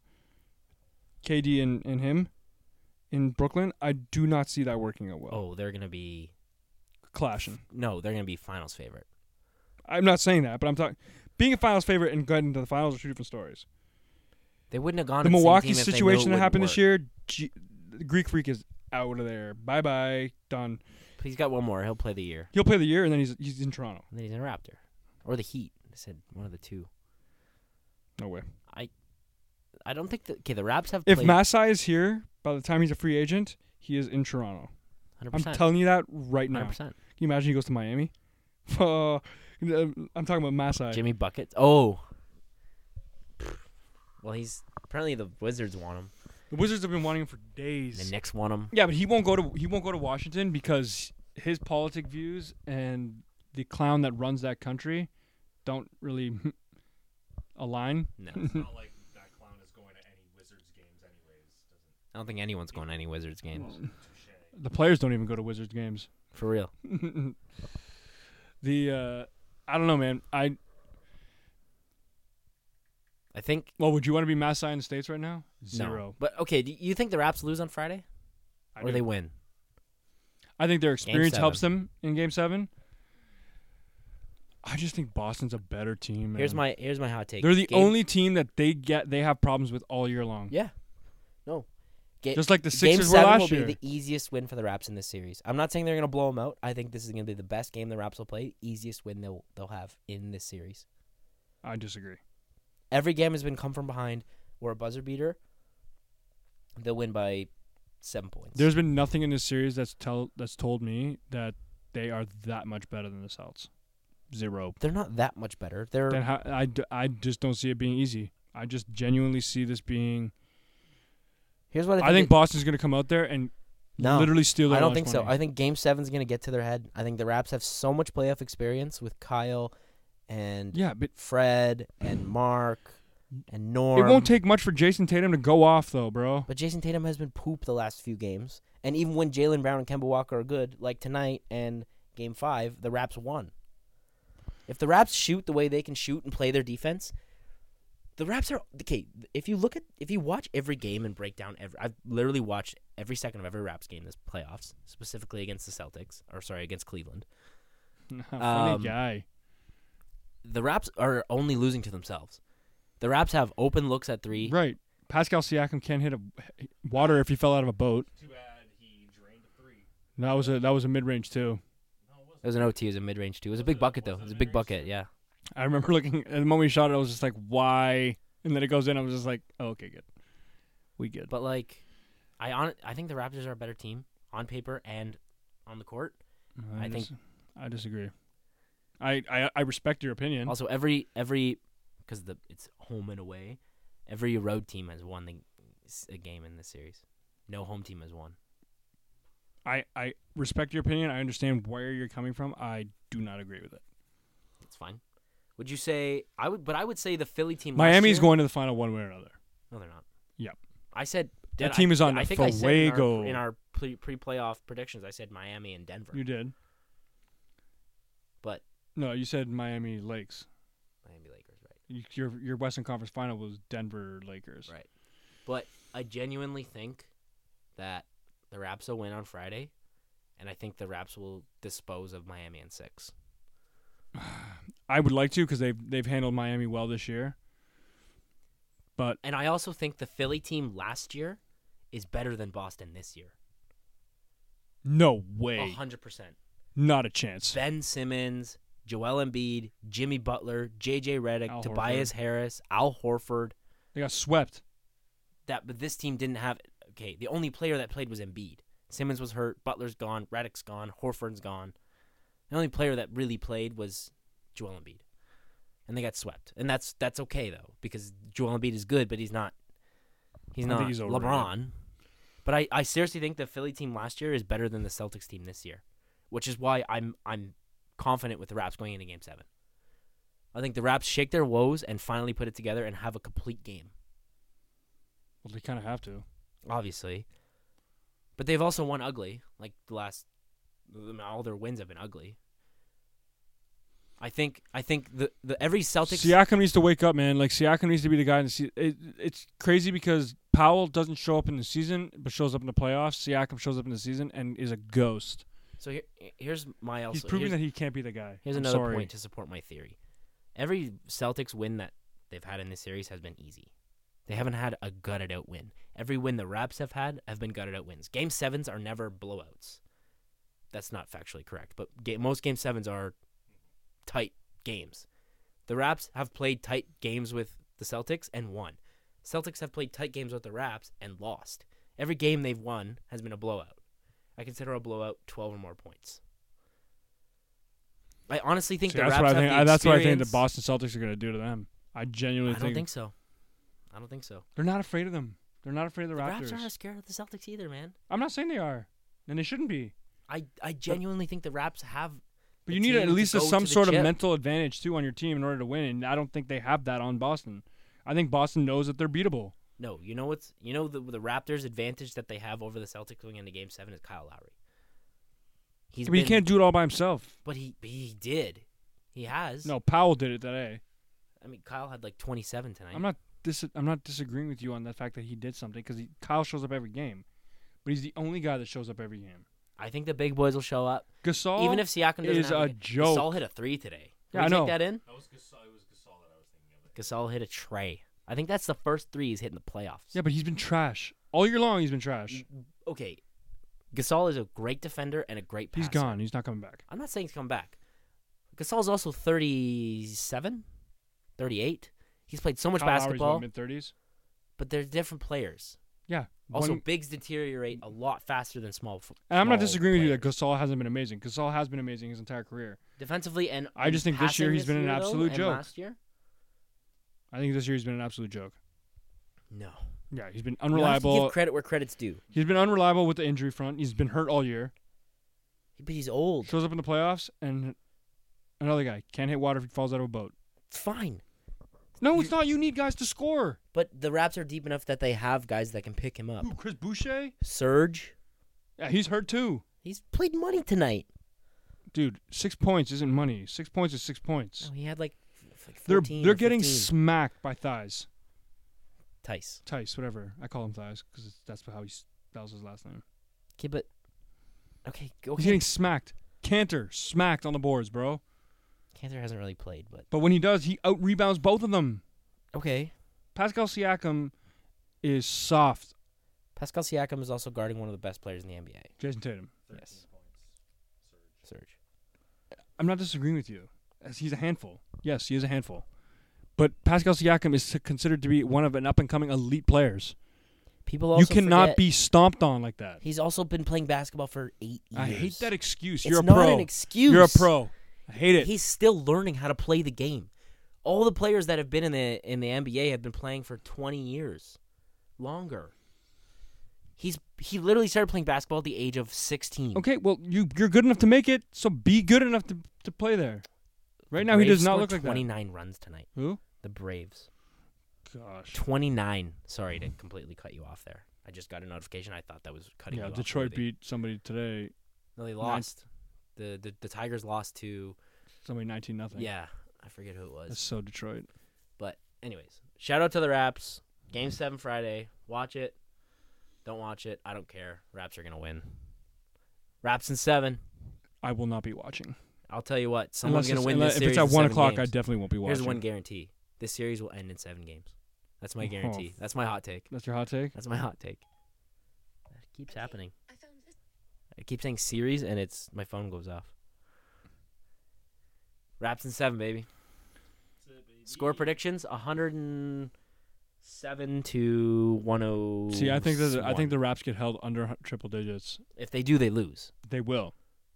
KD and, and him, in Brooklyn, I do not see that working out well.
Oh, they're gonna be
Clashing.
no, they're gonna be finals favorite.
I'm not saying that, but I'm talking being a finals favorite and getting to the finals are two different stories.
They wouldn't have gone.
the
to same
Milwaukee
team if they knew
situation
it
that
wouldn't
happened
work.
this year, G- the Greek Freak is out of there. Bye bye, done.
But he's got one more. He'll play the year,
He'll play the year, and then he's he's in Toronto.
and then he's in a Raptor or the Heat. I said one of the two.
No way.
I don't think that. Okay, the Raps have
If
played
Masai is here by the time he's a free agent, he is in Toronto. I'm
100%,
telling you that right now.
100%.
Can you imagine he goes to Miami? Uh, I'm talking about Masai.
Jimmy Buckets. Oh. Well, he's apparently the Wizards want him.
The Wizards have been wanting him for
The
days.
Knicks want him.
Yeah, but he won't go to he won't go to Washington because his politic views and the clown that runs that country don't really align.
No, I
It's not like that clown is going to any Wizards games, anyways. Doesn't
don't think anyone's going to any Wizards games
touche.
The players don't even go to Wizards games.
for real.
the uh, I don't know, man. I
I think
well, would you want to be Masai in the states right now?
no.
Zero.
But okay, do you think the Raps lose on Friday
I,
or
do.
they win?
I think their experience helps them in Game Seven. I just think Boston's a better team. Man.
Here's my here's my hot take.
They're the
Game-
only team that they get they have problems with all year long.
Yeah. No. Get,
Just like the
game
Sixers were
seven will
last
be
year.
the easiest win for the Raps in this series. I'm not saying they're gonna blow them out. I think this is gonna be the best game the Raps will play. Easiest win they'll they'll have in this series.
I disagree.
Every game has been come from behind or a buzzer beater. They'll win by seven points.
There's been nothing in this series that's tell that's told me that they are that much better than the Celtics. Zero.
they're not that much better. They're
Then how, I, d- I just don't see it being easy. I just genuinely see this being.
here's what I think.
I think
it-
Boston's going to come out there and
no,
literally steal their
I don't
lunch
think so.
money.
I think Game Seven's gonna get to their head. I think the Raps have so much playoff experience with Kyle and
yeah, but
Fred and Mark and
it
Norm.
won't take much for Jason Tatum to go off, though, bro.
But Jason Tatum has been poop the last few games. And even when Jalen Brown and Kemba Walker are good, like tonight and game five, the Raps won. If the Raps shoot the way they can shoot and play their defense, the Raps are okay. If you look at if you watch every game and break down every, I've literally watched every second of every Raps game this playoffs, specifically against the Celtics or sorry against Cleveland.
Funny
Um,
guy.
The Raps are only losing to themselves. The Raps have open looks at three.
Right. Pascal Siakam can't hit a water if he fell out of a boat.
Too bad he drained a three.
That was a that was a mid range too.
No, it
It
wasn't.
was an OT, it was a mid range too. It was a big bucket though. It was a big bucket, yeah.
I remember looking at the moment he shot it. I was just like, why? And then it goes in. I was just like, oh, okay, good. We good.
But like, I on I think the Raptors are a better team on paper and on the court. I think-
dis- I disagree. I, I I respect your opinion.
Also, every every because the it's home and away, every road team has won the s- a game in this series. No home team has won.
I I respect your opinion. I understand where you're coming from. I do not agree with it.
It's fine. Would you say I would? But I would say the Philly team. last
Miami's
year-
going to the final one way or another.
No, they're not.
Yep.
I said
That
did
team is on
I
the
think I said in our-
fuego.
in our pre pre-playoff predictions. I said Miami and Denver,
You did.
but
No, you said Miami Lakes.
Miami Lakers, right?
You- Your your Western Conference final was Denver Lakers.
Right. But I genuinely think that the Raps will win on Friday, and I think the Raps will dispose of Miami in six.
I would like to because they've they've handled Miami well this year. But
And I also think the Philly team last year is better than Boston this year.
no
A
way,
100%.
not a chance.
Ben Simmons, Joel Embiid, Jimmy Butler, J.J. Redick,
Al
Tobias Harris, Al Horford.
They got swept.
That But this team didn't have. Okay, the only player that played was Embiid. Simmons was hurt. Butler's gone. Redick's gone. Horford's gone. The only player that really played was Joel Embiid, and they got swept. And that's that's okay though because Joel Embiid is good, but he's not. He's
I think
not
he's overrated.
LeBron. But I, I seriously think the Philly team last year is better than the Celtics team this year, which is why I'm I'm confident with the Raps going into Game Seven. I think the Raps shake their woes and finally put it together and have a complete game
Well, they kind of have to.
obviously. But they've also won ugly. Like the last, I mean, all their wins have been ugly. I think I think the, the every Celtics
Siakam needs to wake up, man. Like Siakam needs to be the guy. In the se- it, it's crazy because Powell doesn't show up in the season, but shows up in the playoffs. Siakam shows up in the season and is a ghost.
So here, here's my also
He's proving
here's,
that he can't be the guy.
here's
I'm
another
sorry.
point to support my theory. Every Celtics win that they've had in this series has been easy. They haven't had a gutted out win. Every win the Raps have had have been gutted out wins. Game sevens are never blowouts. That's not factually correct, but ga- most game sevens are tight games. The Raps have played tight games with the Celtics and won. Celtics have played tight games with the Raps and lost. Every game they've won has been a blowout. I consider a blowout 12 or more points. I honestly think
See,
the
that's
Raps
what I
have
think.
the
I, that's what I think the
experience-
Boston Celtics are going to do to them. I
I
genuinely
don't think so. I don't think so.
they're not afraid of them. They're not afraid of the,
The Raps
Raptors.
aren't as scared of the Celtics either, man.
I'm not saying they are, and they shouldn't be.
I, I genuinely think the Raps have.
But
the
you need
team
at
to
least a,
go
some
to the
sort of
chip.
mental advantage too on your team in order to win, and I don't think they have that on Boston. I think Boston knows that they're beatable.
No, you know what's you know the the Raptors' advantage that they have over the Celtics going into Game Seven is Kyle Lowry. He's
but he
been-
can't do it all by himself.
But he he did. He has.
No, Powell did it today.
I mean Kyle had like 27 tonight.
I'm not dis- I'm not disagreeing with you on the fact that he did something because Kyle shows up every game, but he's the only guy that shows up every game.
I think the big boys will show up,
Gasol,
even if Siakam doesn't
is
have
a
game.
joke.
Gasol hit a three today. Can we
Yeah, I
take
know.
that in?
That was Gasol. It was Gasol that I was thinking of.
Gasol hit a tray. I think that's the first three he's hit in the playoffs.
yeah, but he's been trash All year long, he's been trash.
Okay, Gasol is a great defender and a great passer.
He's gone. He's not coming back.
I'm not saying he's come back. Gasol's also 37, 38. He's played so much
Kyle Lowry's, what,
basketball,
mid-thirties.
but they're different players.
Yeah.
Also,
One-
bigs deteriorate a lot faster than small. f-
and I'm not
small
disagreeing with you that
players.
Gasol hasn't been amazing. Gasol has been amazing his entire career.
Defensively and
I just
and
think this year
passing
he's been an
year, though,
absolute
and
joke.
Last year,
I think this year he's been an absolute joke.
no.
Yeah, he's been
You have to
unreliable.
give credit where credit's due.
he's been unreliable with the injury front. He's been hurt all year.
But he's old.
Shows up in the playoffs, and another guy can't hit water if he falls out of a boat.
It's fine.
No, it's not. You need guys to score.
But the Raps are deep enough that they have guys that can pick him up.
Who, Chris Boucher?
Serge,
Yeah, he's hurt too.
he's played money tonight.
Dude, six points isn't money. Six points is six points.
No, Oh, he had like, f- like
they're
14
they're
or
getting
15.
smacked by thighs.
Tice.
Tice, whatever. I call him thighs because that's how he's that was his last name.
Okay, but okay,
He's
okay.
getting smacked. Cantor smacked on the boards, bro.
Cantor hasn't really played, but
But when he does, he out rebounds both of them.
okay.
Pascal Siakam is soft.
Pascal Siakam is also guarding one of the best players in the NBA.
Jason Tatum.
Yes.
points. Surge.
Serge.
I'm not disagreeing with you. As he's a handful. Yes, he is a handful. But Pascal Siakam is considered to be one of an up and coming elite players.
People
You
also
cannot
forget
be stomped on like that.
He's also been playing basketball for eight years.
I hate that excuse.
It's
You're a
not
pro.
an excuse.
You're a pro. I hate it.
He's still learning how to play the game. All the players that have been in the in the NBA have been playing for 20 years, longer. He's he literally started playing basketball at the age of 16.
okay, well you you're good enough to make it, so be good enough to, to play there. Right now he
Braves
does not
scored
look like
29 runs tonight.
that. Who?
The Braves.
Gosh.
29. Sorry to completely cut you off there. I just got a notification. I thought that was cutting
Yeah,
you off.
Detroit
already.
beat somebody today.
No, they lost. The, the the Tigers lost to
Somebody nineteen nothing.
yeah, I forget who it was.
That's so Detroit.
But anyways, shout out to the Raps. Game seven Friday. Watch it. Don't watch it. I don't care. Raps are gonna win. Raps in seven.
I will not be watching.
I'll tell you what. Someone's gonna
Unless it's-
win
unless,
this series.
If it's
in
at one
seven
o'clock, I
games.
definitely won't be watching.
Here's one guarantee. This series will end in seven games. That's my
Oh.
guarantee. That's my hot take.
That's your hot take.
That's my hot take. It keeps happening.
I found this.
I keep saying series, and it's my phone goes off. Raps in seven, baby. Score predictions: 107 to 101.
See, I think that I think the Raps get held under hu- triple digits.
if they do, they lose.
They will.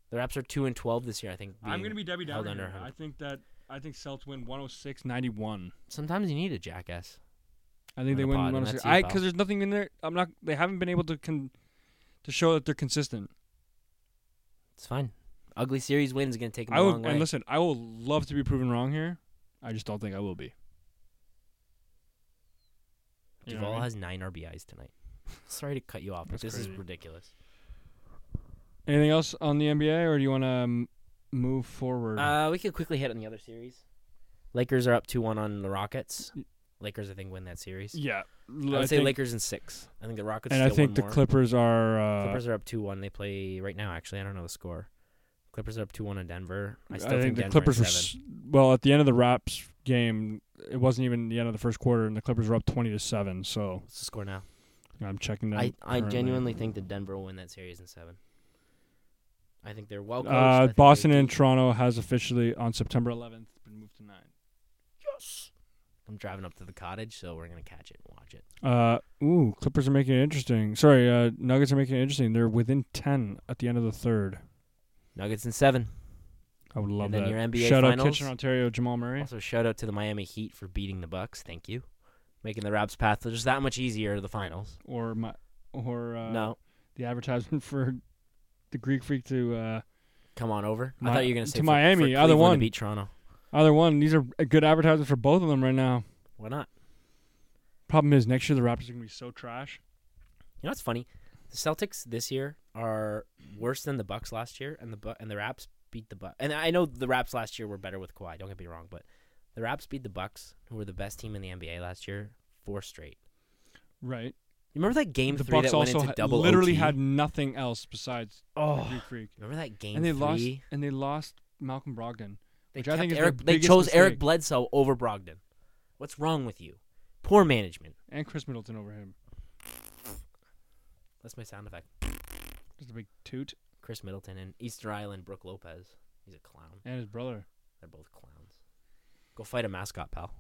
The Raps are two and 12 this year. I think.
I'm
being
gonna be Debbie
held
Downer.
under
here.
100.
I think that I think Celts win 106-91.
Sometimes you need a jackass.
I think
on
they
the
win
pod,
one
and
of
that's it,
six. I
pal.
because there's nothing in there. I'm not. They haven't been able to con, to show that they're consistent.
It's fine. Ugly series wins is gonna take them
I
a
will.
long way.
And listen, I will love to be proven wrong here. I just don't think I will be. You know what I
Duvall
mean?
has nine RBIs tonight. Sorry to cut you off, but
That's
this is
crazy.
ridiculous.
Anything else on the NBA, or do you want to um, move forward?
Uh, we could quickly hit on the other series. Lakers are up two one on the Rockets. Lakers, I think, win that series.
yeah,
I would say
Mm. think,
Lakers in six. I think the Rockets.
and I
still
think
won
the
more.
Clippers are. Uh,
Clippers are up two one. They play right now. Actually, I don't know the score. Clippers are up two one on Denver. I
I
still
think, the
Denver in
Clippers were
seven.
s- well at the end of the Raps game. It wasn't even the end of the first quarter, and the Clippers were up twenty to seven. So
What's the score now?
I'm checking that.
I, I
currently.
genuinely think that Denver will win that series in seven. I think they're well coached. I
Uh,
think they
Boston
do-
and Toronto has officially on September 11th been moved to nine.
I'm driving up to the cottage, so we're gonna catch it and watch it.
Uh, ooh, Clippers are making it interesting. Sorry, uh, Nuggets are making it interesting. They're within 10 at the end of the third.
Nuggets in seven.
I would love
then
that.
your NBA
Shout out
finals.
Kitchener, Ontario, Jamal Murray.
Also, shout out to the Miami Heat for beating the Bucks. Thank you, making the Raps path just that much easier to the finals.
Or my, or uh,
no,
the advertisement for the Greek Freak to uh,
come on over.
Mi-
I thought you were gonna say for-
to Miami,
for
either
Cleveland to
one.
beat Toronto.
either one. These are a good advertisements for both of them right now.
Why not?
Problem is, next year the Raptors are going to be so trash.
You know what's funny? The Celtics this year are worse than the Bucks last year, and the Bu- and the Raps beat the Bucks. And I know the Raps last year were better with Kawhi. Don't get me wrong, but the Raps beat the Bucks, who were the best team in the NBA last year, four straight.
Right.
You remember that game
the
three
Bucks
that went
also
into
had-
double
literally
OT?
had nothing else besides the
Oh,
Greek Freak.
remember that game
and they
three?
lost and they lost Malcolm Brogdon.
They
Which I think
kept
is their
Eric, they
biggest
chose Eric
mistake.
Bledsoe over Brogdon. What's wrong with you? Poor management.
and Chris Middleton over him.
That's my sound effect.
Just a big toot.
Chris Middleton and Easter Island Brooke Lopez. He's a clown.
And his brother.
They're both clowns. Go fight a mascot, pal.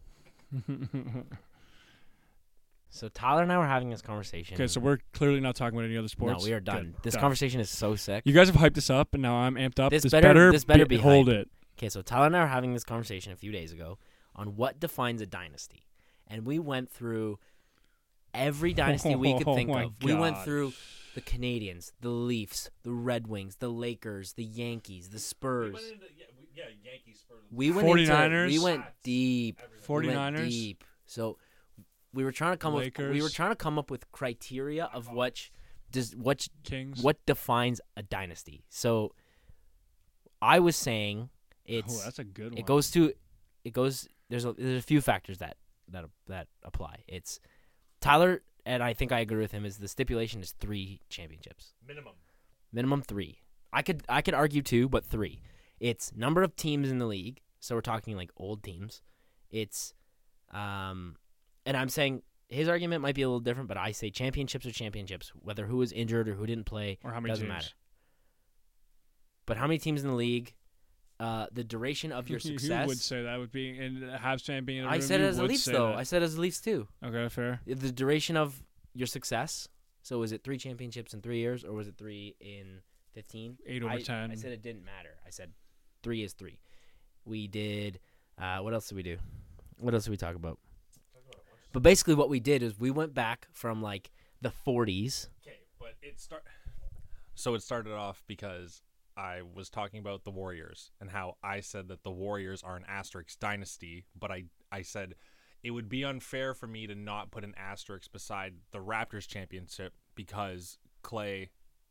So Tyler and I were having this conversation.
okay, so we're clearly not talking about any other
no,
sports.
we are done.
Good.
This conversation is so sick.
You guys have hyped this up, and now I'm amped up.
This better- this better be
hold it.
Okay, so Tyler and I were having this conversation a few days ago on what defines a dynasty. And we went through every dynasty we could
Oh
think
my
of. We went
God.
through the Canadians, the Leafs, the Red Wings, the Lakers, the Yankees, the
We
Spurs.
went into, yeah, we, yeah, Yankees Spurs.
We went into
49ers.
we went deep.
everything.
We went
49ers.
deep. So we were trying to come up we were
Lakers.
trying to come up with criteria of what does what
Kings.
what defines a dynasty. So I was saying
Oh,
it's
that's a good one.
it goes to it goes there's a there's a few factors that that that apply it's tyler and i think i agree with him is the stipulation is three championships
minimum.
minimum three i could i could argue two but three it's number of teams in the league so we're talking like old teams it's um and i'm saying his argument might be a little different but i say championships are championships whether who was injured or who didn't play
or how many
doesn't
teams?
matter but how many teams in the league uh, the duration of your success
Who would say that would be and Habs fan being in the
I
room,
said it
you
as the
would
Leafs
say
though. I
that.
said it as the Leafs too.
okay, fair.
The duration of your success. So was it three championships in three years, or was it three in fifteen?
Eight over
I, I
10.
said it didn't matter. I said three is three. We did. Uh, what else did we do? What else did we talk about? But basically, what we did is we went back from like the 40s.
Okay, but it start. So it started off because I was talking about the Warriors and how I said that the Warriors are an asterisk dynasty, but I I said it would be unfair for me to not put an asterisk beside the Raptors championship because Clay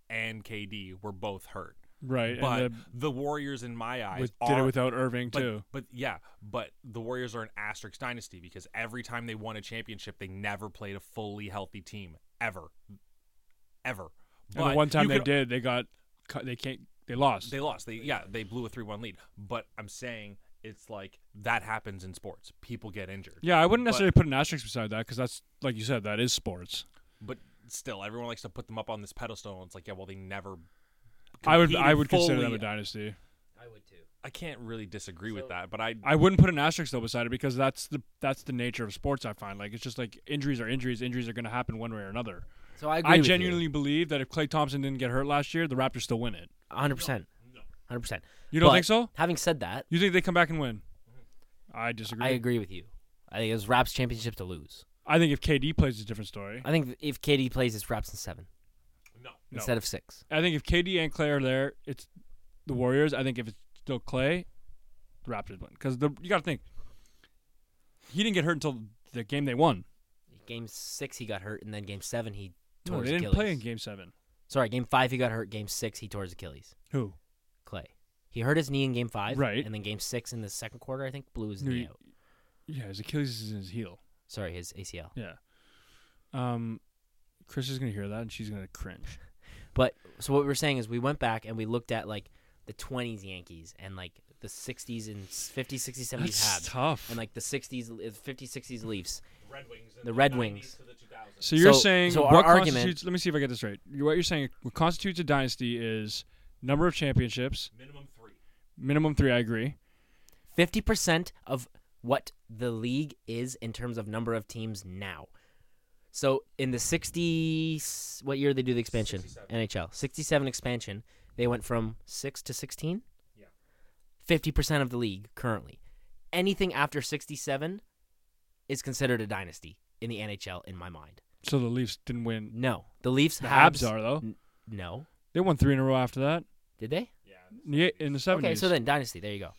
and KD were both hurt.
Right,
But
and the,
the Warriors, in my eyes,
with,
are
did it without Irving
but,
too.
But yeah, but the Warriors are an asterisk dynasty because every time they won a championship, they never played a fully healthy team ever, ever.
and
But
the one time
you
they
could-
did, they got cut- they can't they lost.
they lost. They yeah, they blew a three-one lead. But I'm saying it's like that happens in sports. People get injured.
yeah, I wouldn't
but-
necessarily put an asterisk beside that because that's like you said, that is sports.
But still, everyone likes to put them up on this pedestal. And it's like yeah, well, they never.
I would I
competed
would consider them
fully.
a dynasty.
I would too.
I can't really disagree
So-
with that, but I
I wouldn't put an asterisk though beside it because that's the that's the nature of sports. I find like it's just like injuries are injuries. Injuries are going to happen one way or another.
So I agree.
I
with you.
genuinely believe that if Clay Thompson didn't get hurt last year, the Raptors still win it.
100%. 100%.
You don't
But
think so?
Having said that,
You think they come back and win? I disagree.
I agree with you. I think it was Raps championship to lose.
I think if KD plays, it's a different story.
I think if KD plays, it's Raps in seven
no.
No.
instead of six.
I think if KD and Clay are there, it's the Warriors. I think if it's still Clay, the Raptors win because you got to think he didn't get hurt until the game they won.
Game six, he got hurt, and then game seven, he tore
No, they
his
didn't
Achilles.
play in game seven.
Sorry, game five, he got hurt. Game six, he tore his Achilles.
Who?
Clay. He hurt his knee in game five.
Right.
And then game six in the second quarter, I think, blew his
No,
knee
you-
out.
Yeah, his Achilles is in his heel.
Sorry, his ACL.
Yeah. Um, Chris is gonna hear that and she's gonna cringe.
But so what we were saying is we went back and we looked at like the 20s Yankees and like the 60s and 50s, 60s, 70s Habs.
tough.
And like the 60s, 50s, 60s Leafs.
Red Wings. and
The Red
90s
Wings.
to the 2000s.
so you're
so-
saying
so our
what
argument-
constitutes? Let me see if I get this right. You- What you're saying what constitutes a dynasty is number of championships,
Minimum three.
minimum three. I agree.
50% of what the league is in terms of number of teams now. So in the 60 what year did they do the expansion?
67.
NHL. 67 expansion, they went from 6 to 16?
Yeah.
50% of the league currently. Anything after 67 is considered a dynasty in the NHL in my mind.
So the Leafs didn't win.
No. The Leafs
The
Habs,
Habs, are though.
N- No.
They won three in a row after that.
Did they?
Yeah.
Yeah, in the seventies.
Okay, so then dynasty, there you go.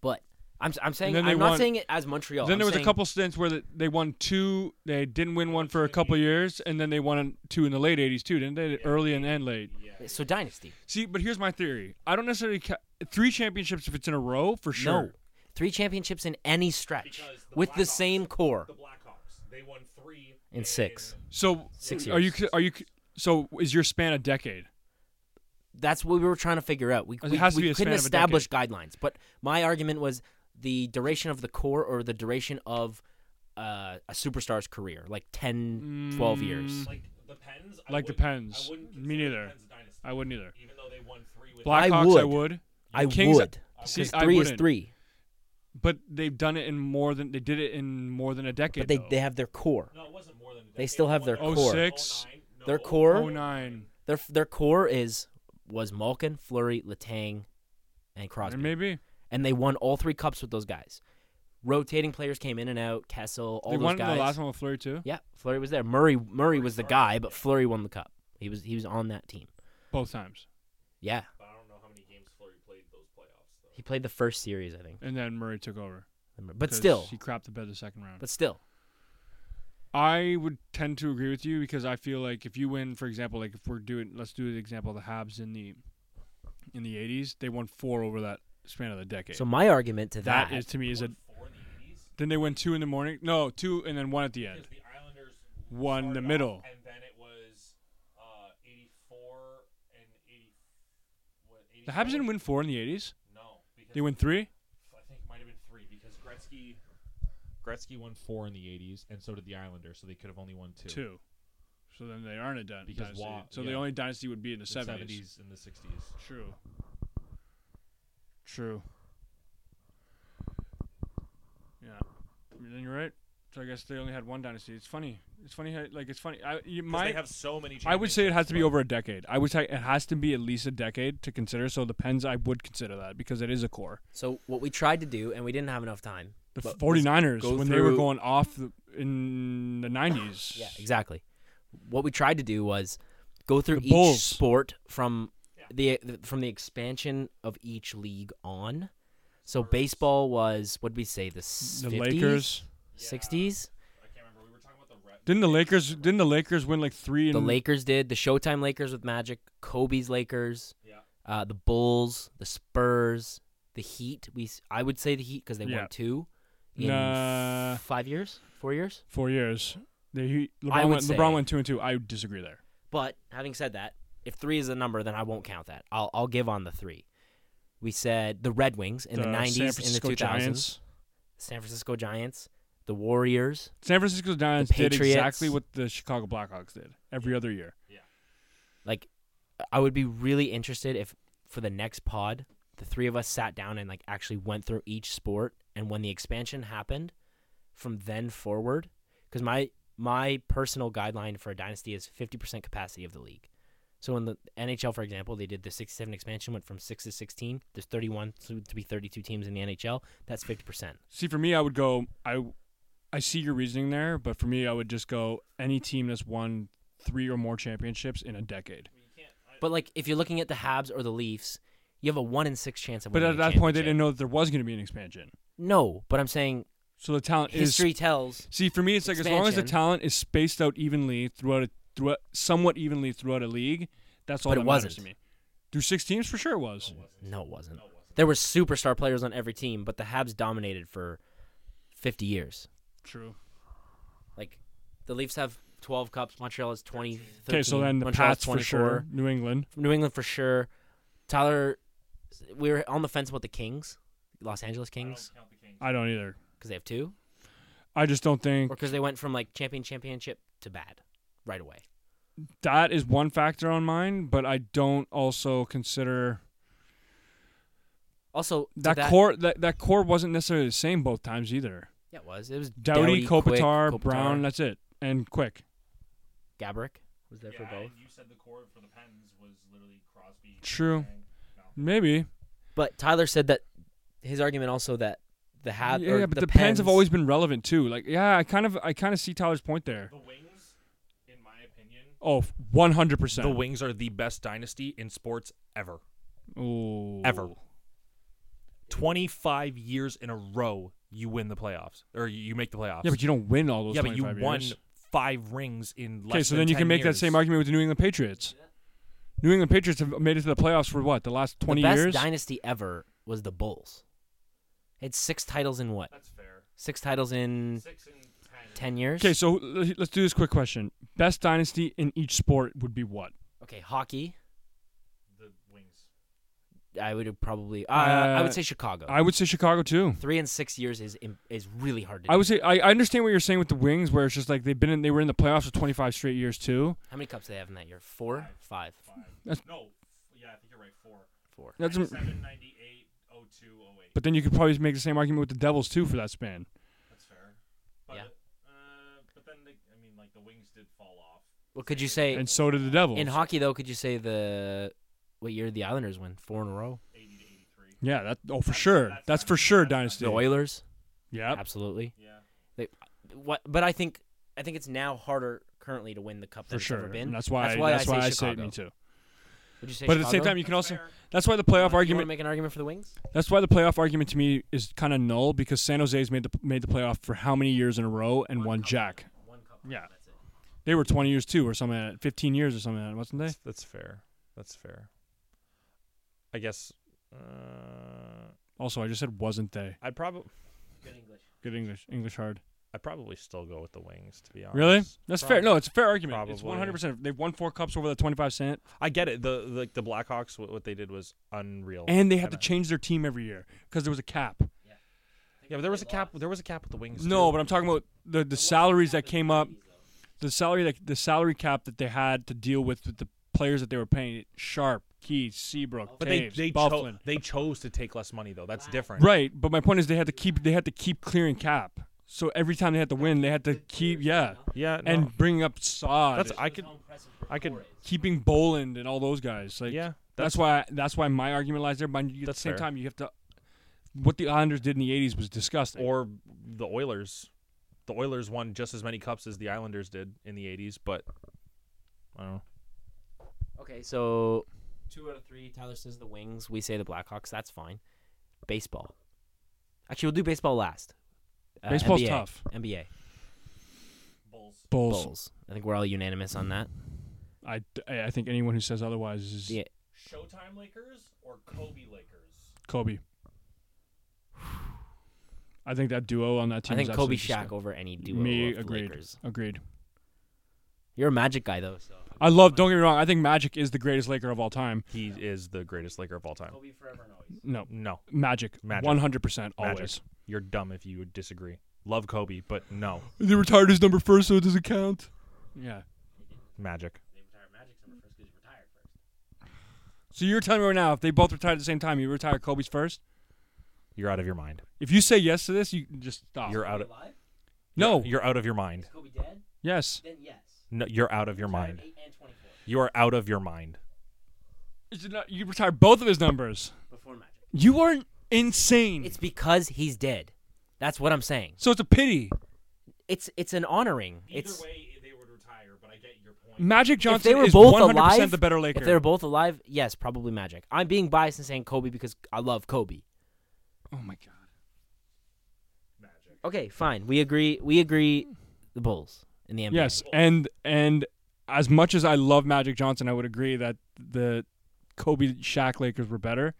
But I'm I'm saying
then they
I'm not
won-
saying it as Montreal.
Then
I'm
there was
saying-
a couple stints where th- they won two. They didn't win one for a couple years, and then they won two in the late '80s too, didn't they? Early and, and late.
So dynasty.
See, but here's my theory. I don't necessarily ca- three championships if it's in a row for sure.
No. Three championships in any stretch
Because the
with the
Blackhawks-
same core.
The Blackhawks. They won three
In six.
So
Six
Are you
years.
c- are you c- so is your span a decade?
That's what we were trying to figure out. We,
It
we,
has to
we
be a
couldn't
span of a
establish guidelines. But my argument was the duration of the core or
Mm.
the duration of uh, a superstar's career, like 10, 12 years.
Like The Pens.
like the Pens. Me neither. I wouldn't either.
even though they won three with
Black- I
Blackhawks, I would.
would. I
Kings-
would.
See,
Because
I
three is
wouldn't.
three.
But they've done it in more than they did it in more than a decade.
But they,
though.
they have their core.
No, it wasn't more than. a
They
decade.
still have their
won
core.
06?
09, no,
Their core?
Oh nine.
Their their core is was Malkin, Flurry, Letang, and Crosby.
And maybe
and they won all three cups with those guys. Rotating players came in and out. Kessel, all
they
those
won
guys.
the last one with Flurry too.
Yeah, Flurry was there. Murray Murray was the guy, but Flurry won the cup. He was he was on that team.
Both times.
Yeah,
But I don't know how many games Fleury played those playoffs. Though.
he played the first series, I think.
And then Murray took over.
But
'cause
still,
he crapped the bed the second round.
but still,
I would tend to agree with you because I feel like if you win, for example, like if we're doing, let's do the example of the Habs in the in the '80s, they won four over that span of the decade.
so my argument to that,
that is to me is a
Four in the eighties
then they win two in the morning, no two, and then one at the end.
because the Islanders
One in the
started off,
middle.
and then it was uh, eighty-four and eighty. What,
The Habs
87?
didn't win four in the '80s;
No, because
they win three.
I think it might have been three because Gretzky. Gretzky won four in the '80s, and so did the Islanders, so they could have only won two.
Two, so then they aren't a dyn-
Because
dynasty.
Wa-
so
yeah.
the only dynasty would be in the,
The
70s.
70s and the 60s.
True. True. Yeah. Then you're right. So I guess they only had one dynasty. It's funny. It's funny. How, like it's funny. I you
Because
might.
they have so many.
I would say it has to be
championships,
over a decade. I would say it has to be at least a decade to consider. So the Pens, I would consider that because it is a core.
so what we tried to do, and we didn't have enough time.
The
But let's
49ers,
go
when they were
through-
going off the, in the 90s,
Yeah, exactly. What we tried to do was go through
The
each
Bulls.
sport from the from the expansion of each league on. So baseball was what did we say the
the
50s,
Lakers.
60s.
but I can't remember. We were talking about the Red.
Didn't the Lakers? Didn't the Lakers win like three? In,
The Lakers did the Showtime Lakers with Magic, Kobe's Lakers,
Yeah.
uh, the Bulls, the Spurs, the Heat. We s- I would say the Heat because they
Yeah.
won two in
Nah.
f- five years, four years.
four years. They, he, LeBron,
I would
went, LeBron
say-
went two and two. I would disagree there.
But having said that, if three is a number, then I won't count that. I'll I'll give on the three. We said the Red Wings in the,
San
90s, in the
Francisco
2000s,
Giants.
San Francisco Giants, the Warriors.
San Francisco Giants did
Patriots.
exactly what the Chicago Blackhawks did every other year.
Like, I would be really interested if for the next pod, the three of us sat down and like actually went through each sport and when the expansion happened, from then forward, because my my personal guideline for a dynasty is 50% capacity of the league. So in the NHL, for example, they did the 67 expansion, went from 6 to 16. There's 31 to, to be 32 teams in the NHL. That's 50%.
See, for me, I would go. I, I see your reasoning there, but for me, I would just go any team that's won three or more championships in a decade.
But like if you're looking at the Habs or the Leafs, you have a 1 in 6 chance of
But
winning
at
a
that point, they
championship.
didn't know that there was going to be an expansion.
No, but I'm saying
So the talent
history
is.
tells.
See, for me, it's like as long as the
Expansion.
talent is spaced out evenly throughout a throughout somewhat evenly throughout a league, that's all
But
that
it
matters
wasn't.
to me. Through six teams, for sure, it was.
No, it wasn't. There were superstar players on every team, but the Habs dominated for 50 years.
True.
Like the Leafs have 12 cups, Montreal has 20.
Okay, so
13,
then the
Montreal has
Pats for sure,
24.
New England.
New England for sure. Tyler, we were on the fence about the Kings, Los Angeles Kings,
Count the Kings.
I don't either.
because they have two,
I just don't think
or because they went from like champion championship to bad right away.
that is one factor on mine, but I don't also consider
Also, to
that, core that, that core wasn't necessarily the same both times either.
Yeah, it was. It was
Doughty,
Doughty, Quick,
Kopitar,
Kopitar,
Brown, that's it. And quick.
Gabrick was there
yeah,
for both.
and you said the core for the Pens was literally Crosby.
True.
Letang.
Maybe.
But Tyler said that his argument also that the Habs.
yeah, but the, Pens have always been relevant too. Like, yeah, I kind of I kind of see Tyler's point there.
The Wings, in my opinion,
Oh, 100%.
the Wings are the best dynasty in sports ever.
Ooh.
Ever. Twenty-five years in a row, you win the playoffs or you- you make the playoffs.
Yeah, but you don't win all those
yeah, but you
25
won
years.
five rings in. Less
Okay, so
than
then you
10
can make
years.
that same argument with the New England Patriots. New England Patriots have made it to the playoffs for what? The last 20
the best
years?
dynasty ever was the Bulls. It's six titles in what?
That's fair.
Six titles
Mm.
in
Six and ten.
ten years.
Okay, so l- let's do this quick question. Best dynasty in each sport would be what?
Okay, hockey.
The Wings.
I would have probably. Uh, I
Uh,
would say Chicago.
I would say Chicago too.
Three and six years is im- is really hard to.
I
do.
would say I, I understand what you're saying with the Wings, where it's just like they've been in, they were in the playoffs for 25 straight years too.
How many cups do they have in that year? Four, five,
No, yeah, I think you're right. Four.
four.
That's
Seven ninety eight oh two oh eight.
but then you could probably make the same argument with the Devils too for that span.
That's fair.
But, Yeah.
Uh, but then, the, I mean, like the wings did fall off.
Well, could you say
And so did the Devils.
in hockey though? Could you say the what year did the Islanders win? Four in a row.
yeah, that oh for sure. That's for sure dynasty.
The Oilers,
Yep.
absolutely.
Yeah.
What? But I think I think it's now harder currently to win the cup
For
than
sure.
it's ever been.
And that's why
That's
that's
why
why,
I
that's
say
why I say
Chicago.
me too.
Would you say
But at the same
Chicago?
time you can also
fair.
that's why the playoff
You want to
argument
make an argument for the Wings?
that's why the playoff argument to me is kind of null because San Jose's made the made the playoff for how many years in a row and won jack.
One cup.
Yeah.
That's it.
They were 20 years too or something, like that, 15 years or something, like that, wasn't they?
That's, Eh, that's fair. That's fair. I guess. Uh,
Also, I just said wasn't they.
I'd probably.
Good English.
Good English, English hard.
I'd probably still go with the wings, to be honest.
Really? That's fair. No, it's a fair argument. It's
Oh, Probably.
100.
Oh,
percent They've won four cups over the 25 cent,
I get it. The like the Blackhawks, wh- what they did was unreal.
and they had to
I-
change their team every year because there was a cap.
yeah, but there was a cap. There was a cap with the wings.
No,
too.
but I'm talking about the the salaries that came up, the salary that the salary cap that they had to deal with with the players that they were paying. Sharp, Keys, Seabrook,
But they
Taves,
they,
Bufflin.
cho- they chose to take less money though. That's different.
Right, but my point is they had to keep they had to keep clearing cap. So every time they had to win, they had to keep yeah,
Yeah. no.
and bringing up Saad,
that's I could I could
keeping Boland and all those guys. Like
yeah.
That's, why. That's why my argument lies there. But at the
That's
same
fair.
time, you have to. What the Islanders did in the '80s was disgusting.
or the Oilers. The Oilers won just as many cups as the Islanders did in the 80s, but I don't know.
Okay, so two out of three. Tyler says the Wings. We say the Blackhawks. That's fine. Baseball. Actually, we'll do baseball last. Uh,
Baseball's
NBA.
tough.
NBA.
Bulls.
Bulls. I think we're all unanimous on that.
I, I I think anyone who says otherwise is
Yeah.
Showtime Lakers or Kobe Lakers?
Kobe. I think that duo on that team.
I think
is
Kobe
absolutely
Shaq
disgusting.
over any duo
Me
of
agreed.
Lakers.
Agreed.
You're a Magic guy though, so
I love. Don't get me wrong. I think Magic is the greatest Laker of all time.
He is the greatest Laker of all time.
Kobe forever and always.
No,
No,
Magic.
Magic.
One hundred percent.
Magic.
Always.
you're dumb if you would disagree. Love Kobe, but no,
They retired his number first, so it doesn't count. Yeah.
Magic.
They retired Magic's number first because he retired first.
So you're telling me right now, if they both retired at the same time, you retire Kobe's first.
You're out of your mind.
If you say yes to this, you just stop.
You're out of
alive?
no.
You're out of your mind.
Kobe dead?
yes.
Then yes.
No, you're out of your mind.
Eight and twenty-four
You are out of your mind.
Is it not- you retire both of his numbers.
before Magic.
You are insane.
It's because he's dead. That's what I'm saying.
so it's a pity.
It's it's an honoring. it's
way, they would retire, but I get your point.
Magic
if
Johnson
they were
is
both
100%
alive,
the better Laker.
If they were both alive, yes, probably Magic. I'm being biased and saying Kobe because I love Kobe.
oh my god.
Okay, fine. We agree. We agree. The Bulls in the NBA.
Yes, and and as much as I love Magic Johnson, I would agree that the Kobe Shaq Lakers were better.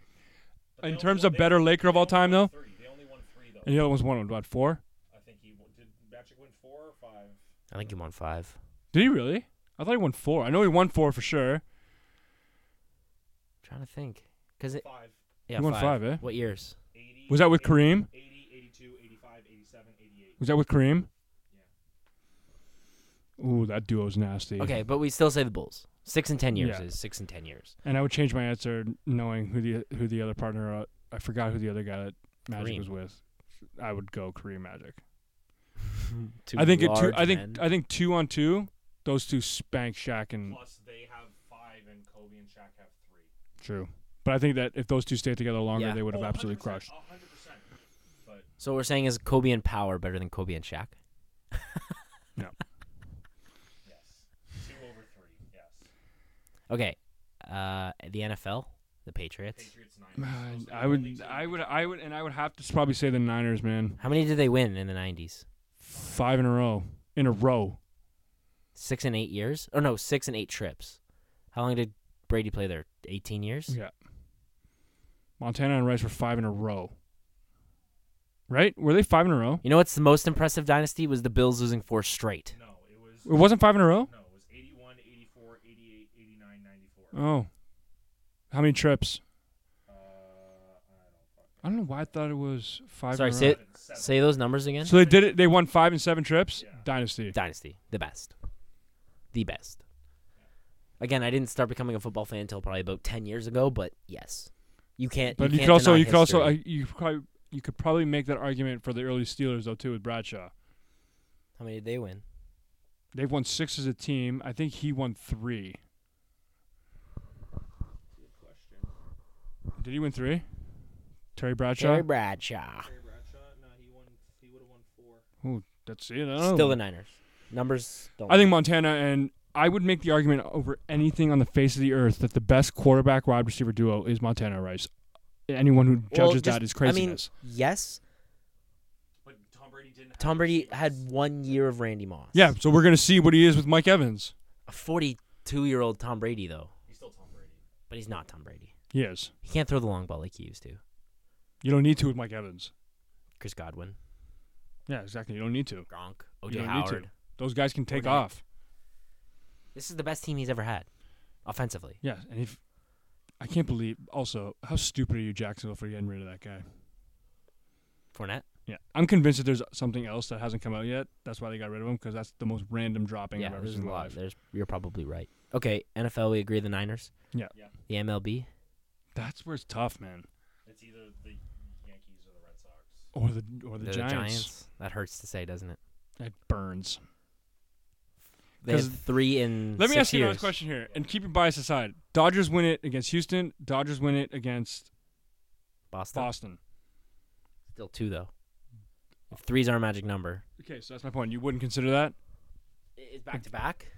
In terms of better Laker of all time, though,
Three. They only won three though.
and the other one's one about four.
I think he did. Magic win four or five.
I think he won five.
Did he really? I thought he won four. I know he won four for sure.
trying to think, cause it.
Five.
Yeah,
He won five, eh?
What years?
80,
Was that with Kareem?
80, 82, 85, 87, 88.
Was that with Kareem? Ooh, that duo's nasty.
Okay, but we still say the Bulls. Six and ten years
Yeah.
is six and ten years.
And I would change my answer knowing who the who the other partner. Uh, I forgot who the other guy that Magic
Kareem.
was with. I would go Kareem Magic.
Two
I think it two.
large
I think uh,
men.
I think two on two. Those two spank Shaq and
Plus, they have five, and Kobe and Shaq have three.
True. But I think that if those two stayed together longer,
Yeah.
they would have
Oh,
absolutely
100%,
crushed.
100%. But
so. What we're saying is Kobe and Power better than Kobe and Shaq.
yes, two over three. Yes.
Okay, uh, the NFL, the Patriots.
Patriots
Man,
nine.
I would, I would, I would, and I would have to probably say the Niners, man.
How many did they win in the '90s?
Five in a row, in a row.
Six and eight years? Oh no, six and eight trips. How long did Brady play there? 18 years.
Yeah. Montana and Rice were five in a row. Right? Were they five in a row?
You know what's the most impressive dynasty was the Bills losing four straight.
No, it was
It wasn't five in a row.
no, it was 81, 84, 88, 89, 94.
Oh. How many trips?
Uh,
I don't know why I thought it was five.
Sorry,
in a
say
row.
it, say those numbers again.
So they did it. They won five and seven trips. Dynasty.
Dynasty, the best, the best. Again, I didn't start becoming a football fan until probably about ten years ago, but yes, you can't.
But you,
can't
could also
deny
you could also uh,
history.
you could probably you could probably make that argument for the early Steelers though too with Bradshaw.
how many did they win?
They've won six as a team. I think he won three. Did he win three? Terry Bradshaw.
Terry Bradshaw,
That's it. I don't
still
know.
the Niners. Numbers don't.
Oh. I think Montana and I would make the argument over anything on the face of the earth that the best quarterback wide receiver duo is Montana Rice. Anyone who judges
Well, just-
that is
I mean,
craziness.
yes,
But Tom Brady didn't. have
Tom Brady
receivers.
had one year of Randy Moss.
yeah, so we're gonna see what he is with Mike Evans.
a forty-two-year-old Tom Brady though,
He's still Tom Brady.
but he's not Tom Brady.
He is.
He can't throw the long ball like he used to.
You don't need to with Mike Evans.
Chris Godwin,
Yeah, exactly. You don't need to.
Gronk,
You
OJ
don't need to.
Howard.
Those guys can take
Fournette.
off.
This is the best team he's ever had, offensively.
Yeah, and if I can't believe also how stupid are you Jacksonville for getting rid of that guy?
Fournette.
Yeah, I'm convinced that there's something else that hasn't come out yet. That's why they got rid of him because that's the most random dropping I've ever
there's
seen in
a
my
lot.
life.
There's you're probably right. Okay, NFL, we agree the Niners.
Yeah.
Yeah.
The MLB.
That's where it's tough, man.
It's either the Yankees or the Red Sox.
Or the or the,
They're
Giants.
That hurts to say, doesn't it?
It burns.
They have
'Cause-
three in.
Let me
six
ask you
years.
another question here, and keep your bias aside. Dodgers win it against Houston. Dodgers win it against
Boston.
Boston.
Still two though. If three's our magic number.
Okay, so that's my point. You wouldn't consider that?
It's back to back.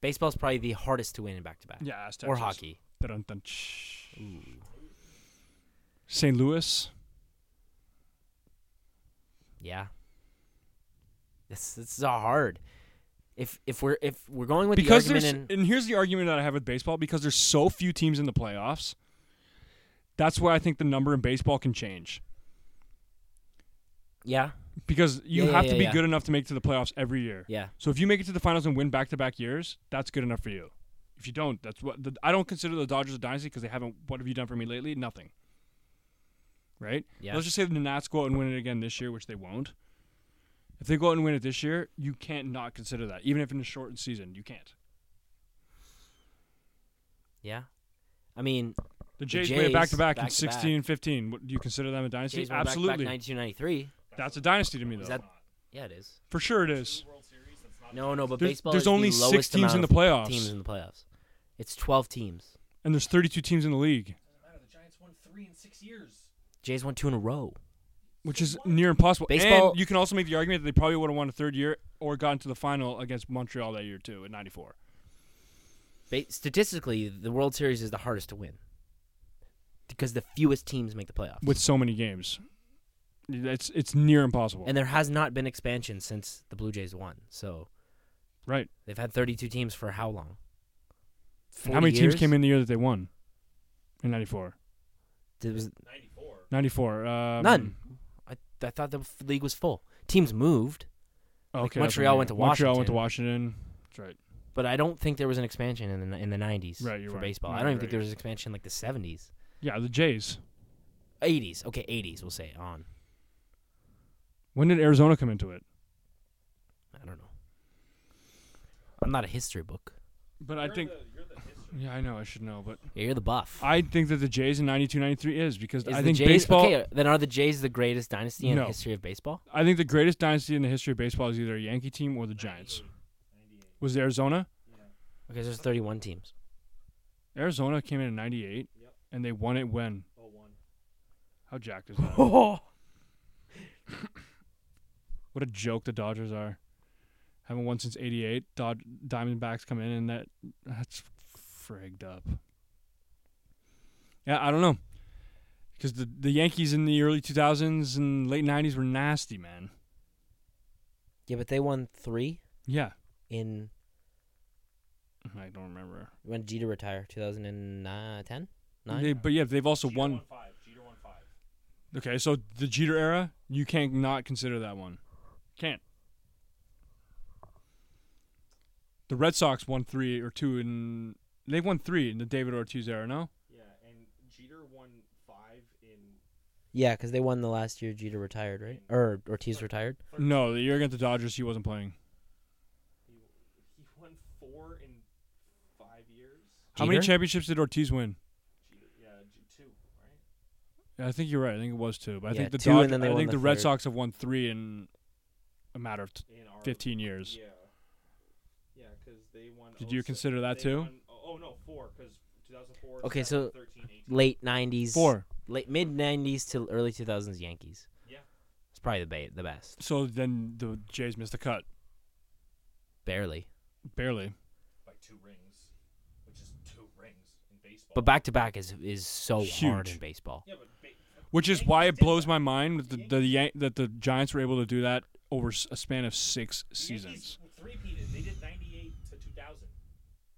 Baseball's probably the hardest to win in back to back.
Yeah, it's
Or
Texas.
hockey.
Dun-dun-dun. St. Louis.
Yeah. This this is all hard. If if we're if we're going with
because
the
there's
argument in
and here's the argument that I have with baseball because there's so few teams in the playoffs. That's why I think the number in baseball can change
yeah
because you
Yeah, yeah,
have to
yeah,
be
yeah.
good enough to make it to the playoffs every year.
yeah
So if you make it to the finals and win back-to-back years, that's good enough for you. If you don't, that's what the, I don't consider the Dodgers a dynasty because they haven't. What have you done for me lately? Nothing. Right?
yeah
Let's just say the Nats go out and win it again this year, which they won't. If they go out and win it this year, you can't not consider that, even if in a shortened season, you can't.
yeah. I mean,
The Jays, made it back to back
Jays,
in
back-to-back.
16 and 15. What, do you consider them a dynasty?
Jays went back to back
Absolutely.
92, 93.
That's a dynasty to me, though.
Is that? Yeah, it is.
For sure, it is.
No, no, but
There's-
baseball.
there's
is the
only six
lowest
teams
amount
in the
of
playoffs.
Teams in the playoffs. It's twelve teams.
And there's 32 teams in the league,
The Giants won three in six years.
Jays won two in a row.
which is near impossible.
Baseball-
And you can also make the argument that they probably would have won a third year or gotten to the final against Montreal that year too in '94.
Ba- statistically, the World Series is the hardest to win because the fewest teams make the playoffs.
with so many games. It's it's near impossible.
and there has not been expansion since the Blue Jays won. So
right.
they've had 32 teams for how long?
And how
40
many teams
years?
came in the year that they won? In 94.
There was-
94. Um,
None. I, I thought the f- league was full. Teams moved,
Okay. that's what
Montreal
I mean.
went to
Montreal went to Washington. That's right.
but I don't think there was an expansion in the in the 90s
Right, you're
for
right.
baseball.
No,
I don't even think
you're right.
there was an expansion in, like the 70s.
Yeah, the Jays.
80s. Okay, 80s, we'll say on.
When did Arizona come into it?
I don't know. I'm not a history book.
But I think. yeah, I know. I should know, but
Yeah, you're the buff.
I think that the Jays in 92, 93 is because
Is
I
the
think
Jays,
baseball.
Okay, uh, then are the Jays the greatest dynasty in
No.
the history of baseball?
I think the greatest dynasty in the history of baseball is either a Yankee team or the Giants. Was it Arizona?
Because there's 31 teams.
Arizona came in in '98, and they won it when. How jacked is that?
Oh,
What a joke the Dodgers are. Haven't won since '88. Dod- Diamondbacks come in and that that's frigged up. Yeah, I don't know, because the the Yankees in the early 2000s and late '90s were nasty, man.
yeah, but they won three
Yeah,
in
I don't remember.
when Jeter retired, 2010, nine.
They, but yeah, they've also won.
five. Jeter won five.
Okay, so the Jeter era, you can't not consider that one. Can't. The Red Sox won three or two in. They won three in the David Ortiz era, no?
Yeah, and Jeter won five in
Yeah, because they won the last year. Jeter retired, right? Or Ortiz retired.
No, the year against the Dodgers, he wasn't playing.
He won four in five years.
How many
Jeter?
championships did Ortiz win?
Yeah, two, right?
I think you're right. I think it was two. But I
Yeah,
think the
two, and
Dodge-
then they
I
won
think
the
the, Red
third.
Sox have won three in a matter of t-
In our
15 years.
Yeah. Yeah, because they won.
Did you
06
consider that
they
too?
won- oh, oh, no, four, because 2004.
Okay,
7,
so-
13, 18.
Late '90s,
Four.
late mid '90s to early 2000s Yankees.
Yeah.
it's probably the ba- the best.
So then the Jays missed the cut.
Barely,
Barely.
by two rings, which is two rings in baseball.
but back to back is is so hard
Huge.
in baseball.
Yeah, but ba-
Which is why it blows my mind that the, the Yan- that the Giants were able to do that over s- a span of six seasons.
three peated. They did 98 to 2000.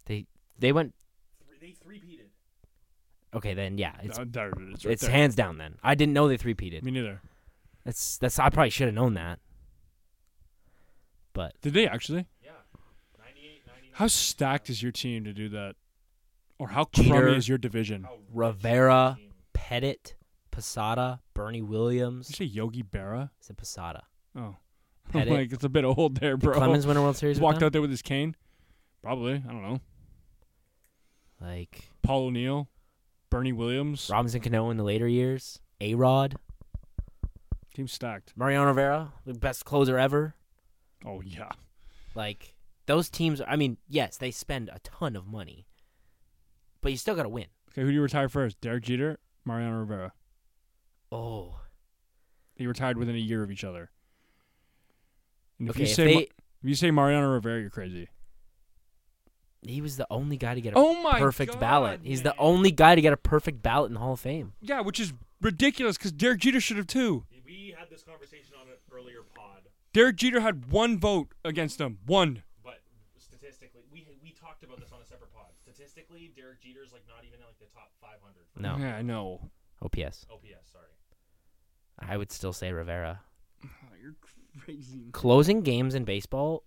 They they went
Three, they three peated.
okay. Then yeah, it's
Uh, there, it's right
it's
there.
hands down. Then I didn't know they three peated.
Me neither.
That's that's I probably should have known that. But
Did they actually?
Yeah. 98, 99.
How stacked is your team to do that? Or how
Jeter.
crummy is your division? Did
Rivera, Pettit, Posada, Bernie
you
Williams.
say Yogi Berra?
It's a Posada.
Oh.
Pettit.
like, it's a bit old there,
Did
bro.
Clemens win a World Series?
Just
with
walked
them?
out there with his cane? Probably. I don't know.
Like
Paul O'Neill, Bernie Williams.
Robinson Cano in the later years. A Rod,
Team stacked.
Mariano Rivera, the best closer ever.
Oh, yeah.
Like those teams. I mean, yes, they spend a ton of money, but you still got to win.
Okay, who do you retire first? Derek Jeter, Mariano Rivera.
Oh,
They retired within a year of each other. And if
okay.
you
If
say
they,
Ma- if you say Mariano Rivera, you're crazy.
he was the only guy to get a
Oh my
perfect ballot. He's the only guy to get a perfect ballot in the Hall of Fame.
Yeah, which is ridiculous because Derek Jeter should have too.
We had this conversation on an earlier pod,
Derek Jeter had one vote against him. One.
but statistically, we we talked about this on a separate pod. Statistically, Derek Jeter's like not even in like the top 500 for
No,
Yeah, I know.
OPS.
OPS. Sorry.
I would still say Rivera.
You're crazy.
Closing games in baseball.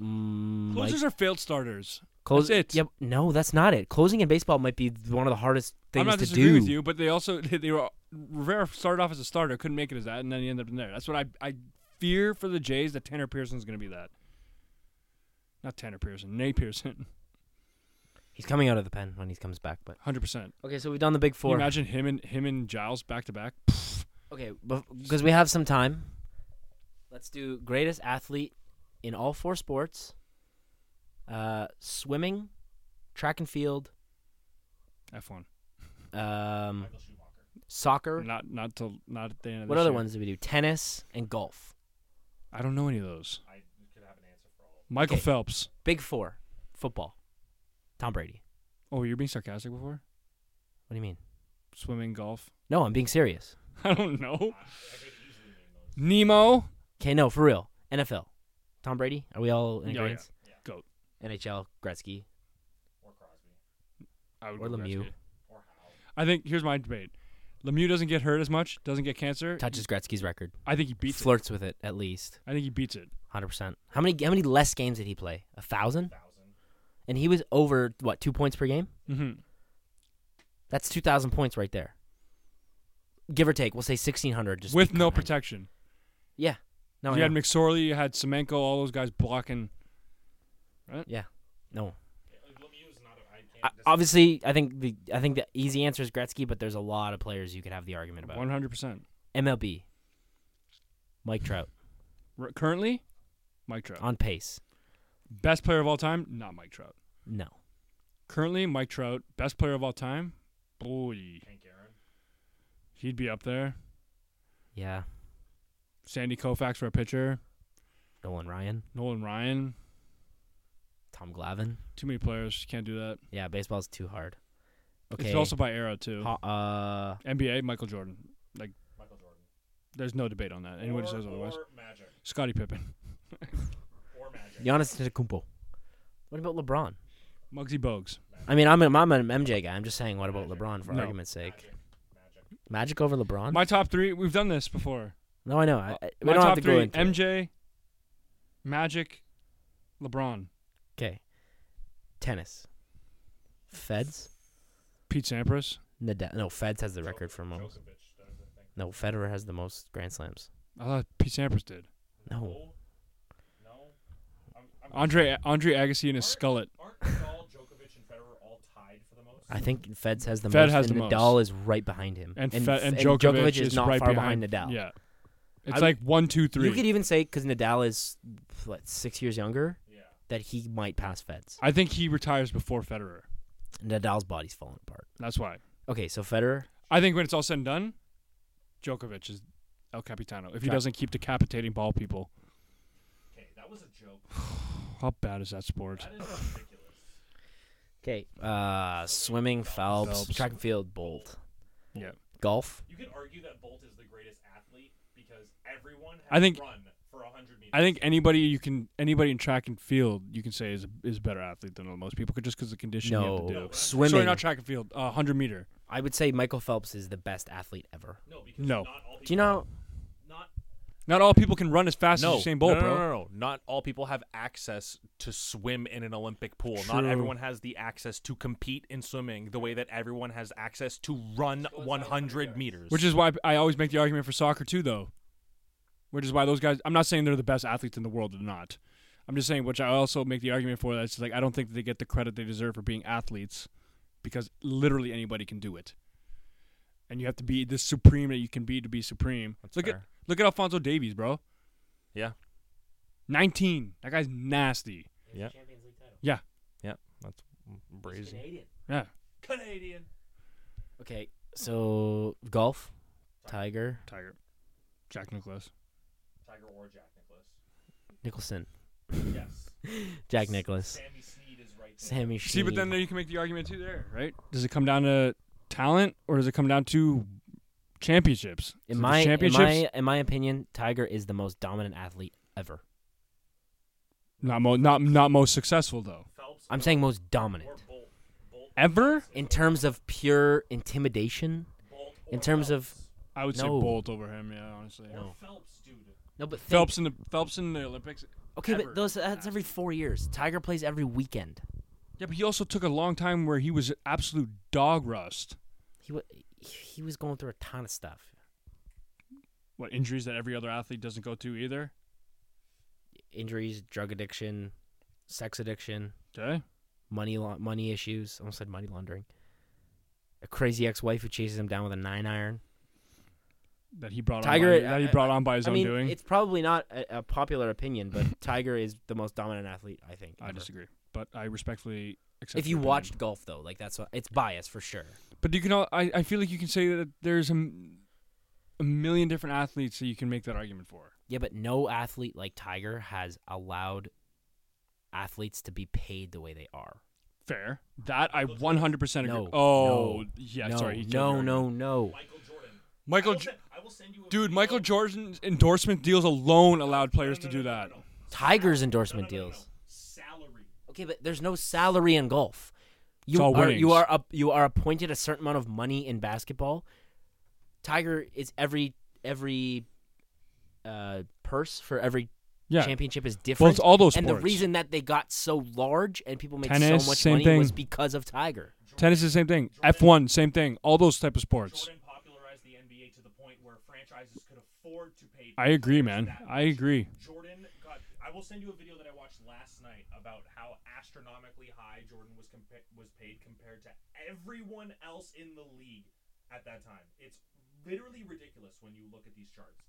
Mm, might-
Closers are failed starters.
close-
it.
Yep. No, that's not it. Closing in baseball might be one of the hardest things
I'm not
to
disagreeing
do.
with you, but they also they were Rivera started off as a starter, couldn't make it as that, and then he ended up in there. That's what I I fear for the Jays that Tanner Pearson's going to be that. Not Tanner Pearson, Nate Pearson,
He's coming out of the pen when he comes back, but
hundred percent.
okay. So we've done the big
Can you
four.
imagine him and him and Giles back to back?
Okay, because we have some time, let's do greatest athlete in all four sports: uh, swimming, track and field,
F one.
um,
Michael Schumacher.
soccer.
Not not till not at the end of
What
this
other
year.
ones do we do? Tennis and golf.
I don't know any of those.
I could have an answer for all. of
Michael
Okay.
Phelps.
Big four: football. Tom Brady.
Oh, you're being sarcastic before
What do you mean?
swimming, golf.
No, I'm being serious.
I don't know.
them. I could easily name those.
Nemo.
Okay, no, for real. NFL. Tom Brady. Are we all in
Yeah, yeah.
agreement?
Goat.
NHL. Gretzky.
Or Crosby.
I would
Or
go
Lemieux.
Gretzky.
Or Howe.
I think here's my debate. Lemieux doesn't get hurt as much, doesn't get cancer.
Touches Gretzky's record.
I think he beats it.
Flirts with it at least.
I think he beats it.
Hundred percent. How many? How many less games did he play? A thousand.
Thousand.
and he was over what two points per game.
Mm-hmm.
That's two thousand points right there, give or take. We'll say sixteen hundred. Just
With no
protection.
protection.
Yeah, no, I
you had
know.
McSorley, you had Semenko, all those guys blocking.
no.
Yeah, Lemieux is not a. I can't.
I,
dis-
obviously, I think the I think the easy answer is Gretzky, but there's a lot of players you could have the argument about.
One hundred percent.
MLB, Mike Trout
Currently, Mike Trout.
on pace.
Best player of all time, not Mike Trout.
No,
Currently, Mike Trout, best player of all time. Boy,
Hank Aaron.
he'd be up there.
yeah,
Sandy Koufax for a pitcher.
Nolan Ryan,
Nolan Ryan.
Tom Glavine.
Too many players. Can't do that.
Yeah, baseball's too hard. Okay.
It's also by era too.
Ho- uh,
NBA, Michael Jordan.
Michael Jordan.
There's no debate on that. Anyone who
or,
says otherwise.
Or Magic.
Scottie Pippen.
Or Magic.
Giannis Antetokounmpo. What about LeBron?
Muggsy Bogues.
I mean, I'm a, I'm an MJ guy. I'm just saying, what about LeBron for
No.
argument's sake?
Magic. Magic.
Magic over LeBron?
My top three. We've done this before. Uh,
No, I know. I, I- we
My
don't
top
have to
three:
go into it.
MJ, Magic, LeBron,
Okay. Tennis. Feds.
Pete Sampras.
Nadal. No, Feds has the record for most.
Djokovic. That is, I think.
No, Federer has the most Grand Slams.
I thought Pete Sampras did.
No.
Oh, No. I'm, I'm
Andre Andre Agassi and his skullet.
Aren't Nadal, Djokovic, and Federer all tied for the most?
I think Feds has the
Fed
most.
has
and
the
Nadal is right behind him.
And
and,
Fe-
F-
and Djokovic,
is, not
right
far behind, Nadal.
Yeah, it's
I-
like one, two, three.
You could even say because Nadal is what six years younger
Yeah.
that he might pass Feds.
I think he retires before Federer.
Nadal's body's falling apart.
That's why.
Okay, so Federer.
I think when it's all said and done, Djokovic is El Capitano. If he
Cap-
doesn't keep decapitating ball people,
Okay, that was a joke.
how bad is that sport?
Uh,
That is ridiculous.
Okay. Uh, swimming, Phelps,
Phelps.
track and field, Bolt,
Yeah.
golf.
You could argue that Bolt is the greatest athlete because everyone has
I think-
run for 100 meters.
I think anybody you can anybody in track and field you can say is is a better athlete than most people, just because the condition you have to do.
No, swimming.
Sorry, not track and field. Uh, hundred meter.
I would say Michael Phelps is the best athlete ever.
No, because
No.
not all people.
Do you know?
Not
Not all people can run as fast
No,
as Usain Bolt,
no, no,
bro.
no, no, no. Not all people have access to swim in an Olympic pool. Not
True.
everyone has the access to compete in swimming the way that everyone has access to run
Well, it's
100
not-
meters.
Which is why I always make the argument for soccer too, though. Which is why those guys. I'm not saying they're the best athletes in the world, they're not. I'm just saying, which I also make the argument for that's just like I don't think that they get the credit they deserve for being athletes, because literally anybody can do it. And you have to be the supreme that you can be to be supreme.
That's
look at
fair.
look at Alfonso Davies, bro.
Yeah.
19. That guy's nasty.
Yeah.
Champions League title.
Yeah.
yeah, that's brazen.
Yeah.
Canadian.
Okay, so golf, Tiger,
Tiger. Jack Nicklaus.
Tiger or Jack Nicholas.
Nicholson,
Yes.
Jack Nicholas,
Sammy Sneed is right there.
Sammy Sheen.
See, but then you can make the argument too there, right? Does it come down to talent or does it come down to championships? Is it
in
the
my in
championships,
my in my opinion, Tiger is the most dominant athlete ever.
not mo- not not most successful though.
Phelps
I'm
or-
saying most
or
dominant
Bolt. Bolt
Ever?
in terms of pure intimidation.
Bolt or
in terms of-
Phelps.
I would say
No.
Bolt over him. Yeah, honestly.
Or Phelps, dude.
No, but think-
Phelps in the Phelps in the Olympics.
Okay,
ever.
but those that's every four years. Tiger plays every weekend.
Yeah, but he also took a long time where he was absolute dog rust.
He wa- he was going through a ton of stuff.
What injuries that every other athlete doesn't go to either.
Injuries, drug addiction, sex addiction,
Okay.
money la- money issues. Almost said money laundering. A crazy ex-wife who chases him down with a nine iron.
That he brought
Tiger-
on by, that he brought on by his
I
own
mean,
doing.
it's probably not a, a popular opinion, but Tiger is the most dominant athlete, I think.
I
ever.
disagree, but I respectfully accept.
If
your
you
opinion.
watched golf, though, like that's what, it's bias for sure.
But you can. All, I I feel like you can say that there's a, m- a million different athletes that you can make that argument for.
Yeah, but no athlete like Tiger has allowed athletes to be paid the way they are.
Fair. That I 100 percent agree.
No,
oh
no,
yeah.
no,
sorry. he killed your
no,
argument.
no, no.
Michael Jordan.
Michael,
I will,
J-
send, I will send you a
dude.
video.
Michael Jordan's endorsement deals alone allowed players
No,
to
no,
do
no, no,
that.
no, no.
Tiger's
Salary.
endorsement
No, no, no, no,
deals.
no. Salary.
Okay, but there's no salary in golf. You
all
are you
winnings.
are up, you are appointed a certain amount of money in basketball. Tiger is every every uh, purse for every
Yeah.
championship is different.
Well, it's all those
and the
sports.
reason that they got so large and people made
Tennis,
so much
same
money was
thing.
because of Tiger.
Tennis is the same thing. F1, same thing. All those type of sports.
Jordan popularized the NBA to the point where franchises could afford to pay.
I agree,
players
man.
that
I
much.
agree.
Jordan got. I will send you a video that I watched last night about how astronomically high Jordan was compa- was paid compared to everyone else in the league at that time. It's literally ridiculous when you look at these charts.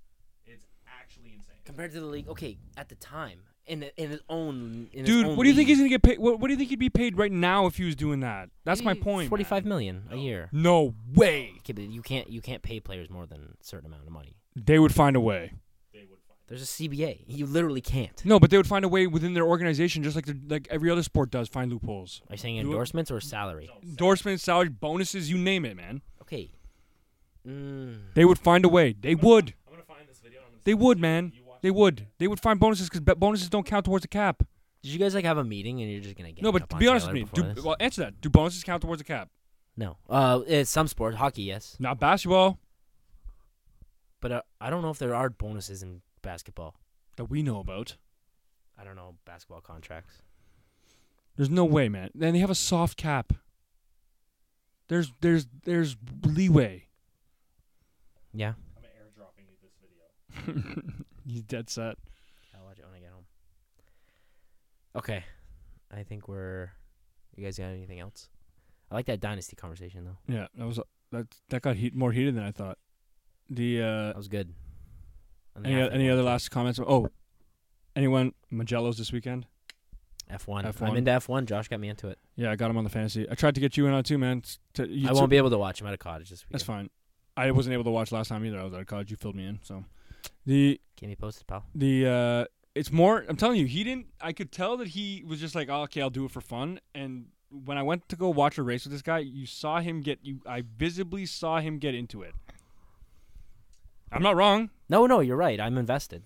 It's actually insane.
Compared to the league, okay, at the time in the, in his own in his
Dude,
own
what do you think he's
league.
gonna get paid? What, what do you think he'd be paid right now if he was doing that? That's my point.
Forty five
man.
million a year.
No way.
Okay, but you can't you can't pay players more than a certain amount of money.
They would find a way.
They would find.
There's a CBA. You literally can't.
No, but they would find a way within their organization, just like the, like every other sport does, find loopholes.
Are you saying
Do it-
endorsements or salary?
Endorsements, salary, bonuses, you name it, man.
Okay. Mm,
They would find a way. They would.
I'm gonna find this video. And I'm gonna
They
send it
would,
to you.
man.
You watch
They
it.
would. They would find bonuses because bonuses don't count towards the cap.
did you guys like have a meeting and you're just gonna get
No, but
up
to
on
be honest with
Taylor
me,
before
do,
this?
well, answer that. Do bonuses count towards the cap?
no. Uh, it's some sport, hockey, yes,
Not basketball
but uh, I don't know if there are bonuses in basketball.
that we know about.
I don't know basketball contracts.
There's no way, man. Then they have a soft cap. There's there's there's leeway.
Yeah,
I'm
He's dead set.
I'll watch it when I get home. Okay, I think we're. You guys got anything else? I like that dynasty conversation though.
Yeah, that was that. That got heat, more heated than I thought. The uh,
That was good. And the
any,
half
any
F1
other
too.
last comments? Oh, anyone Magello's this weekend?
F1. I'm
F1?
into F1. Josh got me into it.
Yeah, I got him on the fantasy. I tried to get you in on it too, man. It's t- you
I
t-
won't be able to watch. I'm at a cottage this week.
That's fine. I wasn't able to watch last time either. I was out of college. You filled me in. So the
Keep me posted, pal.
the uh it's more. I'm telling you, he didn't. I could tell that he was just like, oh, okay, I'll do it for fun. And when I went to go watch a race with this guy, you saw him get you. I visibly saw him get into it. I'm not wrong.
No, no, you're right. I'm invested.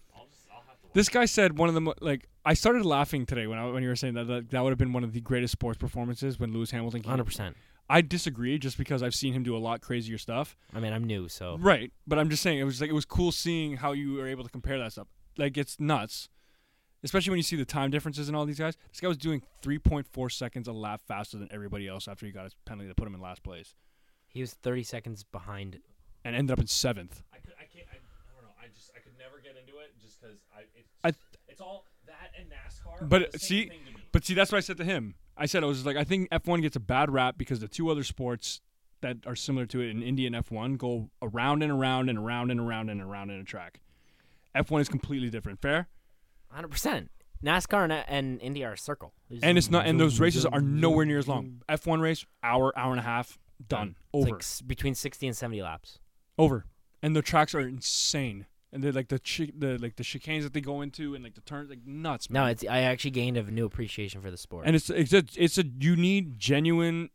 This guy said one of the mo- like I started laughing today when I, when you were saying that that, that would have been one of the greatest sports performances when Lewis Hamilton came.
100%.
I disagree just because I've seen him do a lot crazier stuff.
I mean, I'm new, so
Right, but I'm just saying it was like it was cool seeing how you were able to compare that stuff. Like it's nuts, especially when you see the time differences and all these guys. This guy was doing 3.4 seconds a lap faster than everybody else after he got his penalty that put him in last place
he was 30 seconds behind
and ended up in seventh.
I could, I can't, I, I don't know. I just, I could never get into it just because I, it's,
I-
it's all that and NASCAR. are
But
the
see,
same thing to me.
but see, that's what I said to him. I said I was just like, I think F1 gets a bad rap because the two other sports that are similar to it in Indy and F1 go around and around and around and around and around in a track. F1 is completely different. Fair.
Hundred percent. NASCAR and, and Indy are a circle.
and it's not and those races are nowhere near as long f1 race hour hour and a half done
It's
over
like s- between sixty and seventy laps.
over and the tracks are insane and they're like the chi- the like the chicanes that they go into and like the turns like nuts man.
No, it's I actually gained a new appreciation for the sport.
and it's it's a, it's a you need genuine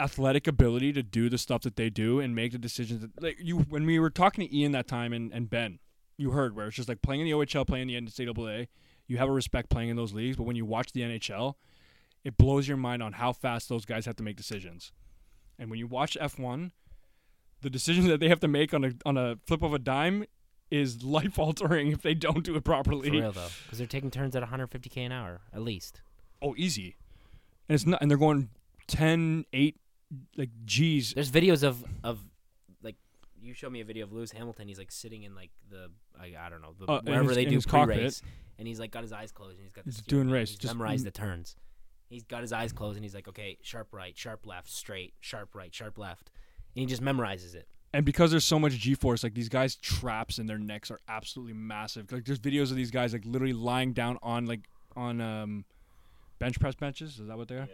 athletic ability to do the stuff that they do and make the decisions that like you when we were talking to ian that time and, and ben you heard where it's just like playing in the ohl playing in the ncaa you have a respect playing in those leagues but when you watch the nhl it blows your mind on how fast those guys have to make decisions and when you watch f1 the decisions that they have to make on a on a flip of a dime is life altering if they don't do it properly
for real though, because they're taking turns at 150 k an hour at least.
oh easy and it's not and they're going 10 8 like g's
There's videos of of like you showed me a video of Lewis Hamilton. He's like sitting in like the I, I don't know the,
Uh, in
wherever
his-
they
in
do
his cockpit.
pre-race, and he's like got his eyes closed and he's got the
He's
steering
doing
wheel,
race,
He's
just-
memorized the turns. He's got his eyes closed and he's like, okay, sharp right, sharp left, straight, sharp right, sharp left, and he just memorizes it.
and because there's so much g-force like these guys traps in their necks are absolutely massive like there's videos of these guys like literally lying down on like on um bench press benches is that what they are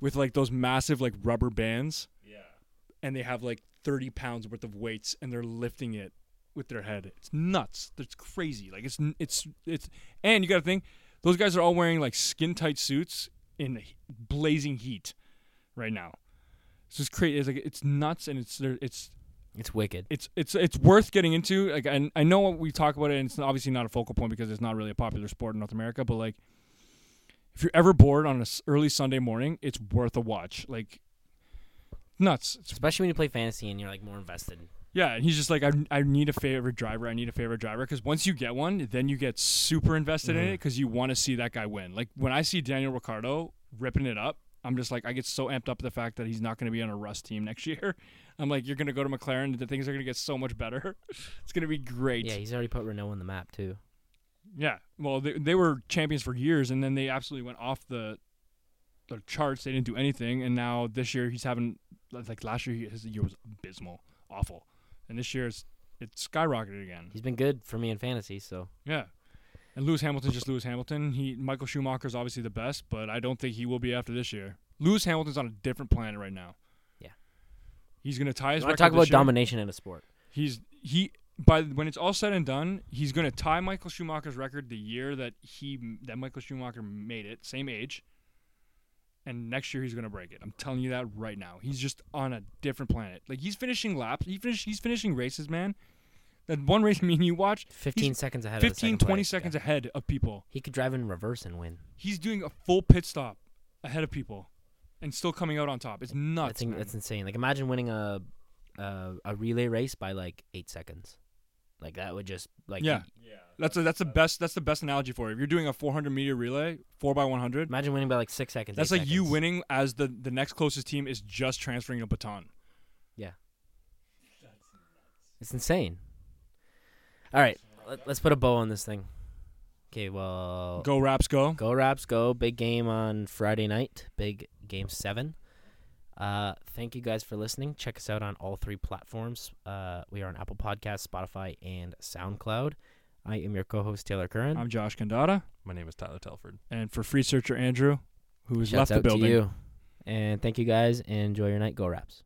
with like those massive like rubber bands
yeah,
and they have like 30 pounds worth of weights and they're lifting it with their head it's nuts it's crazy like it's it's it's and you gotta think those guys are all wearing like skin tight suits in he- blazing heat right now it's just crazy it's like it's nuts and it's there it's
It's wicked.
it's it's it's worth getting into. Like, and I know we talk about it, and it's obviously not a focal point because it's not really a popular sport in North America. But like, if you're ever bored on an early Sunday morning, it's worth a watch. Like, nuts. It's,
Especially when you play fantasy and you're like more invested.
yeah, and he's just like, I, I need a favorite driver. I need a favorite driver because once you get one, then you get super invested in it because you want to see that guy win. Like when I see Daniel Ricciardo ripping it up. I'm just like I get so amped up at the fact that he's not going to be on a Rust team next year. I'm like, you're going to go to McLaren. The things are going to get so much better. It's going to be great.
Yeah, he's already put Renault on the map too.
Yeah. Well, they, they were champions for years, and then they absolutely went off the the charts. They didn't do anything, and now this year he's having like last year he- his year was abysmal, awful, and this year it's it's skyrocketed again.
He's been good for me in fantasy, so
Yeah. And Lewis Hamilton's just Lewis Hamilton. He Michael Schumacher's obviously the best, but I don't think he will be after this year. Lewis Hamilton's on a different planet right now.
Yeah.
He's gonna tie
I
his.
want
record
to talk
this
about
year.
domination in a sport.
He's he by when it's all said and done, he's going to tie Michael Schumacher's record the year that he that Michael Schumacher made it, same age. And next year he's going to break it. I'm telling you that right now. He's just on a different planet. Like he's finishing laps, he finish, he's finishing races, man. That one race me and you watched,
Fifteen seconds ahead. of the
15
second
20
place.
seconds
Yeah.
ahead of people.
He could drive in reverse and win.
He's doing a full pit stop ahead of people and still coming out on top. It's nuts.
That's, in-
man.
that's insane. Like imagine winning a, a a relay race by like eight seconds. Like that would just like
yeah.
yeah.
That's a, that's the best that's the best analogy for it. If you're doing a 400 meter relay, 4 by 100,
Imagine winning by like six seconds.
That's
eight
like you
seconds.
winning as the the next closest team is just transferring a baton.
It's insane. All right, let, us put a bow on this thing. Okay, well,
Go Raps, go.
Oh. Go Raps, go! Big game on Friday night. Big game seven. Uh, thank you guys for listening. Check us out on all three platforms. Uh, we are on Apple Podcasts, Spotify, and SoundCloud. I am your co-host Taylor Curran.
I'm Josh Kandata,
My name is Tyler Telford.
and for free searcher Andrew, who has
Shouts
left the
out to
building.
you. And thank you guys. and Enjoy your night. Go Raps.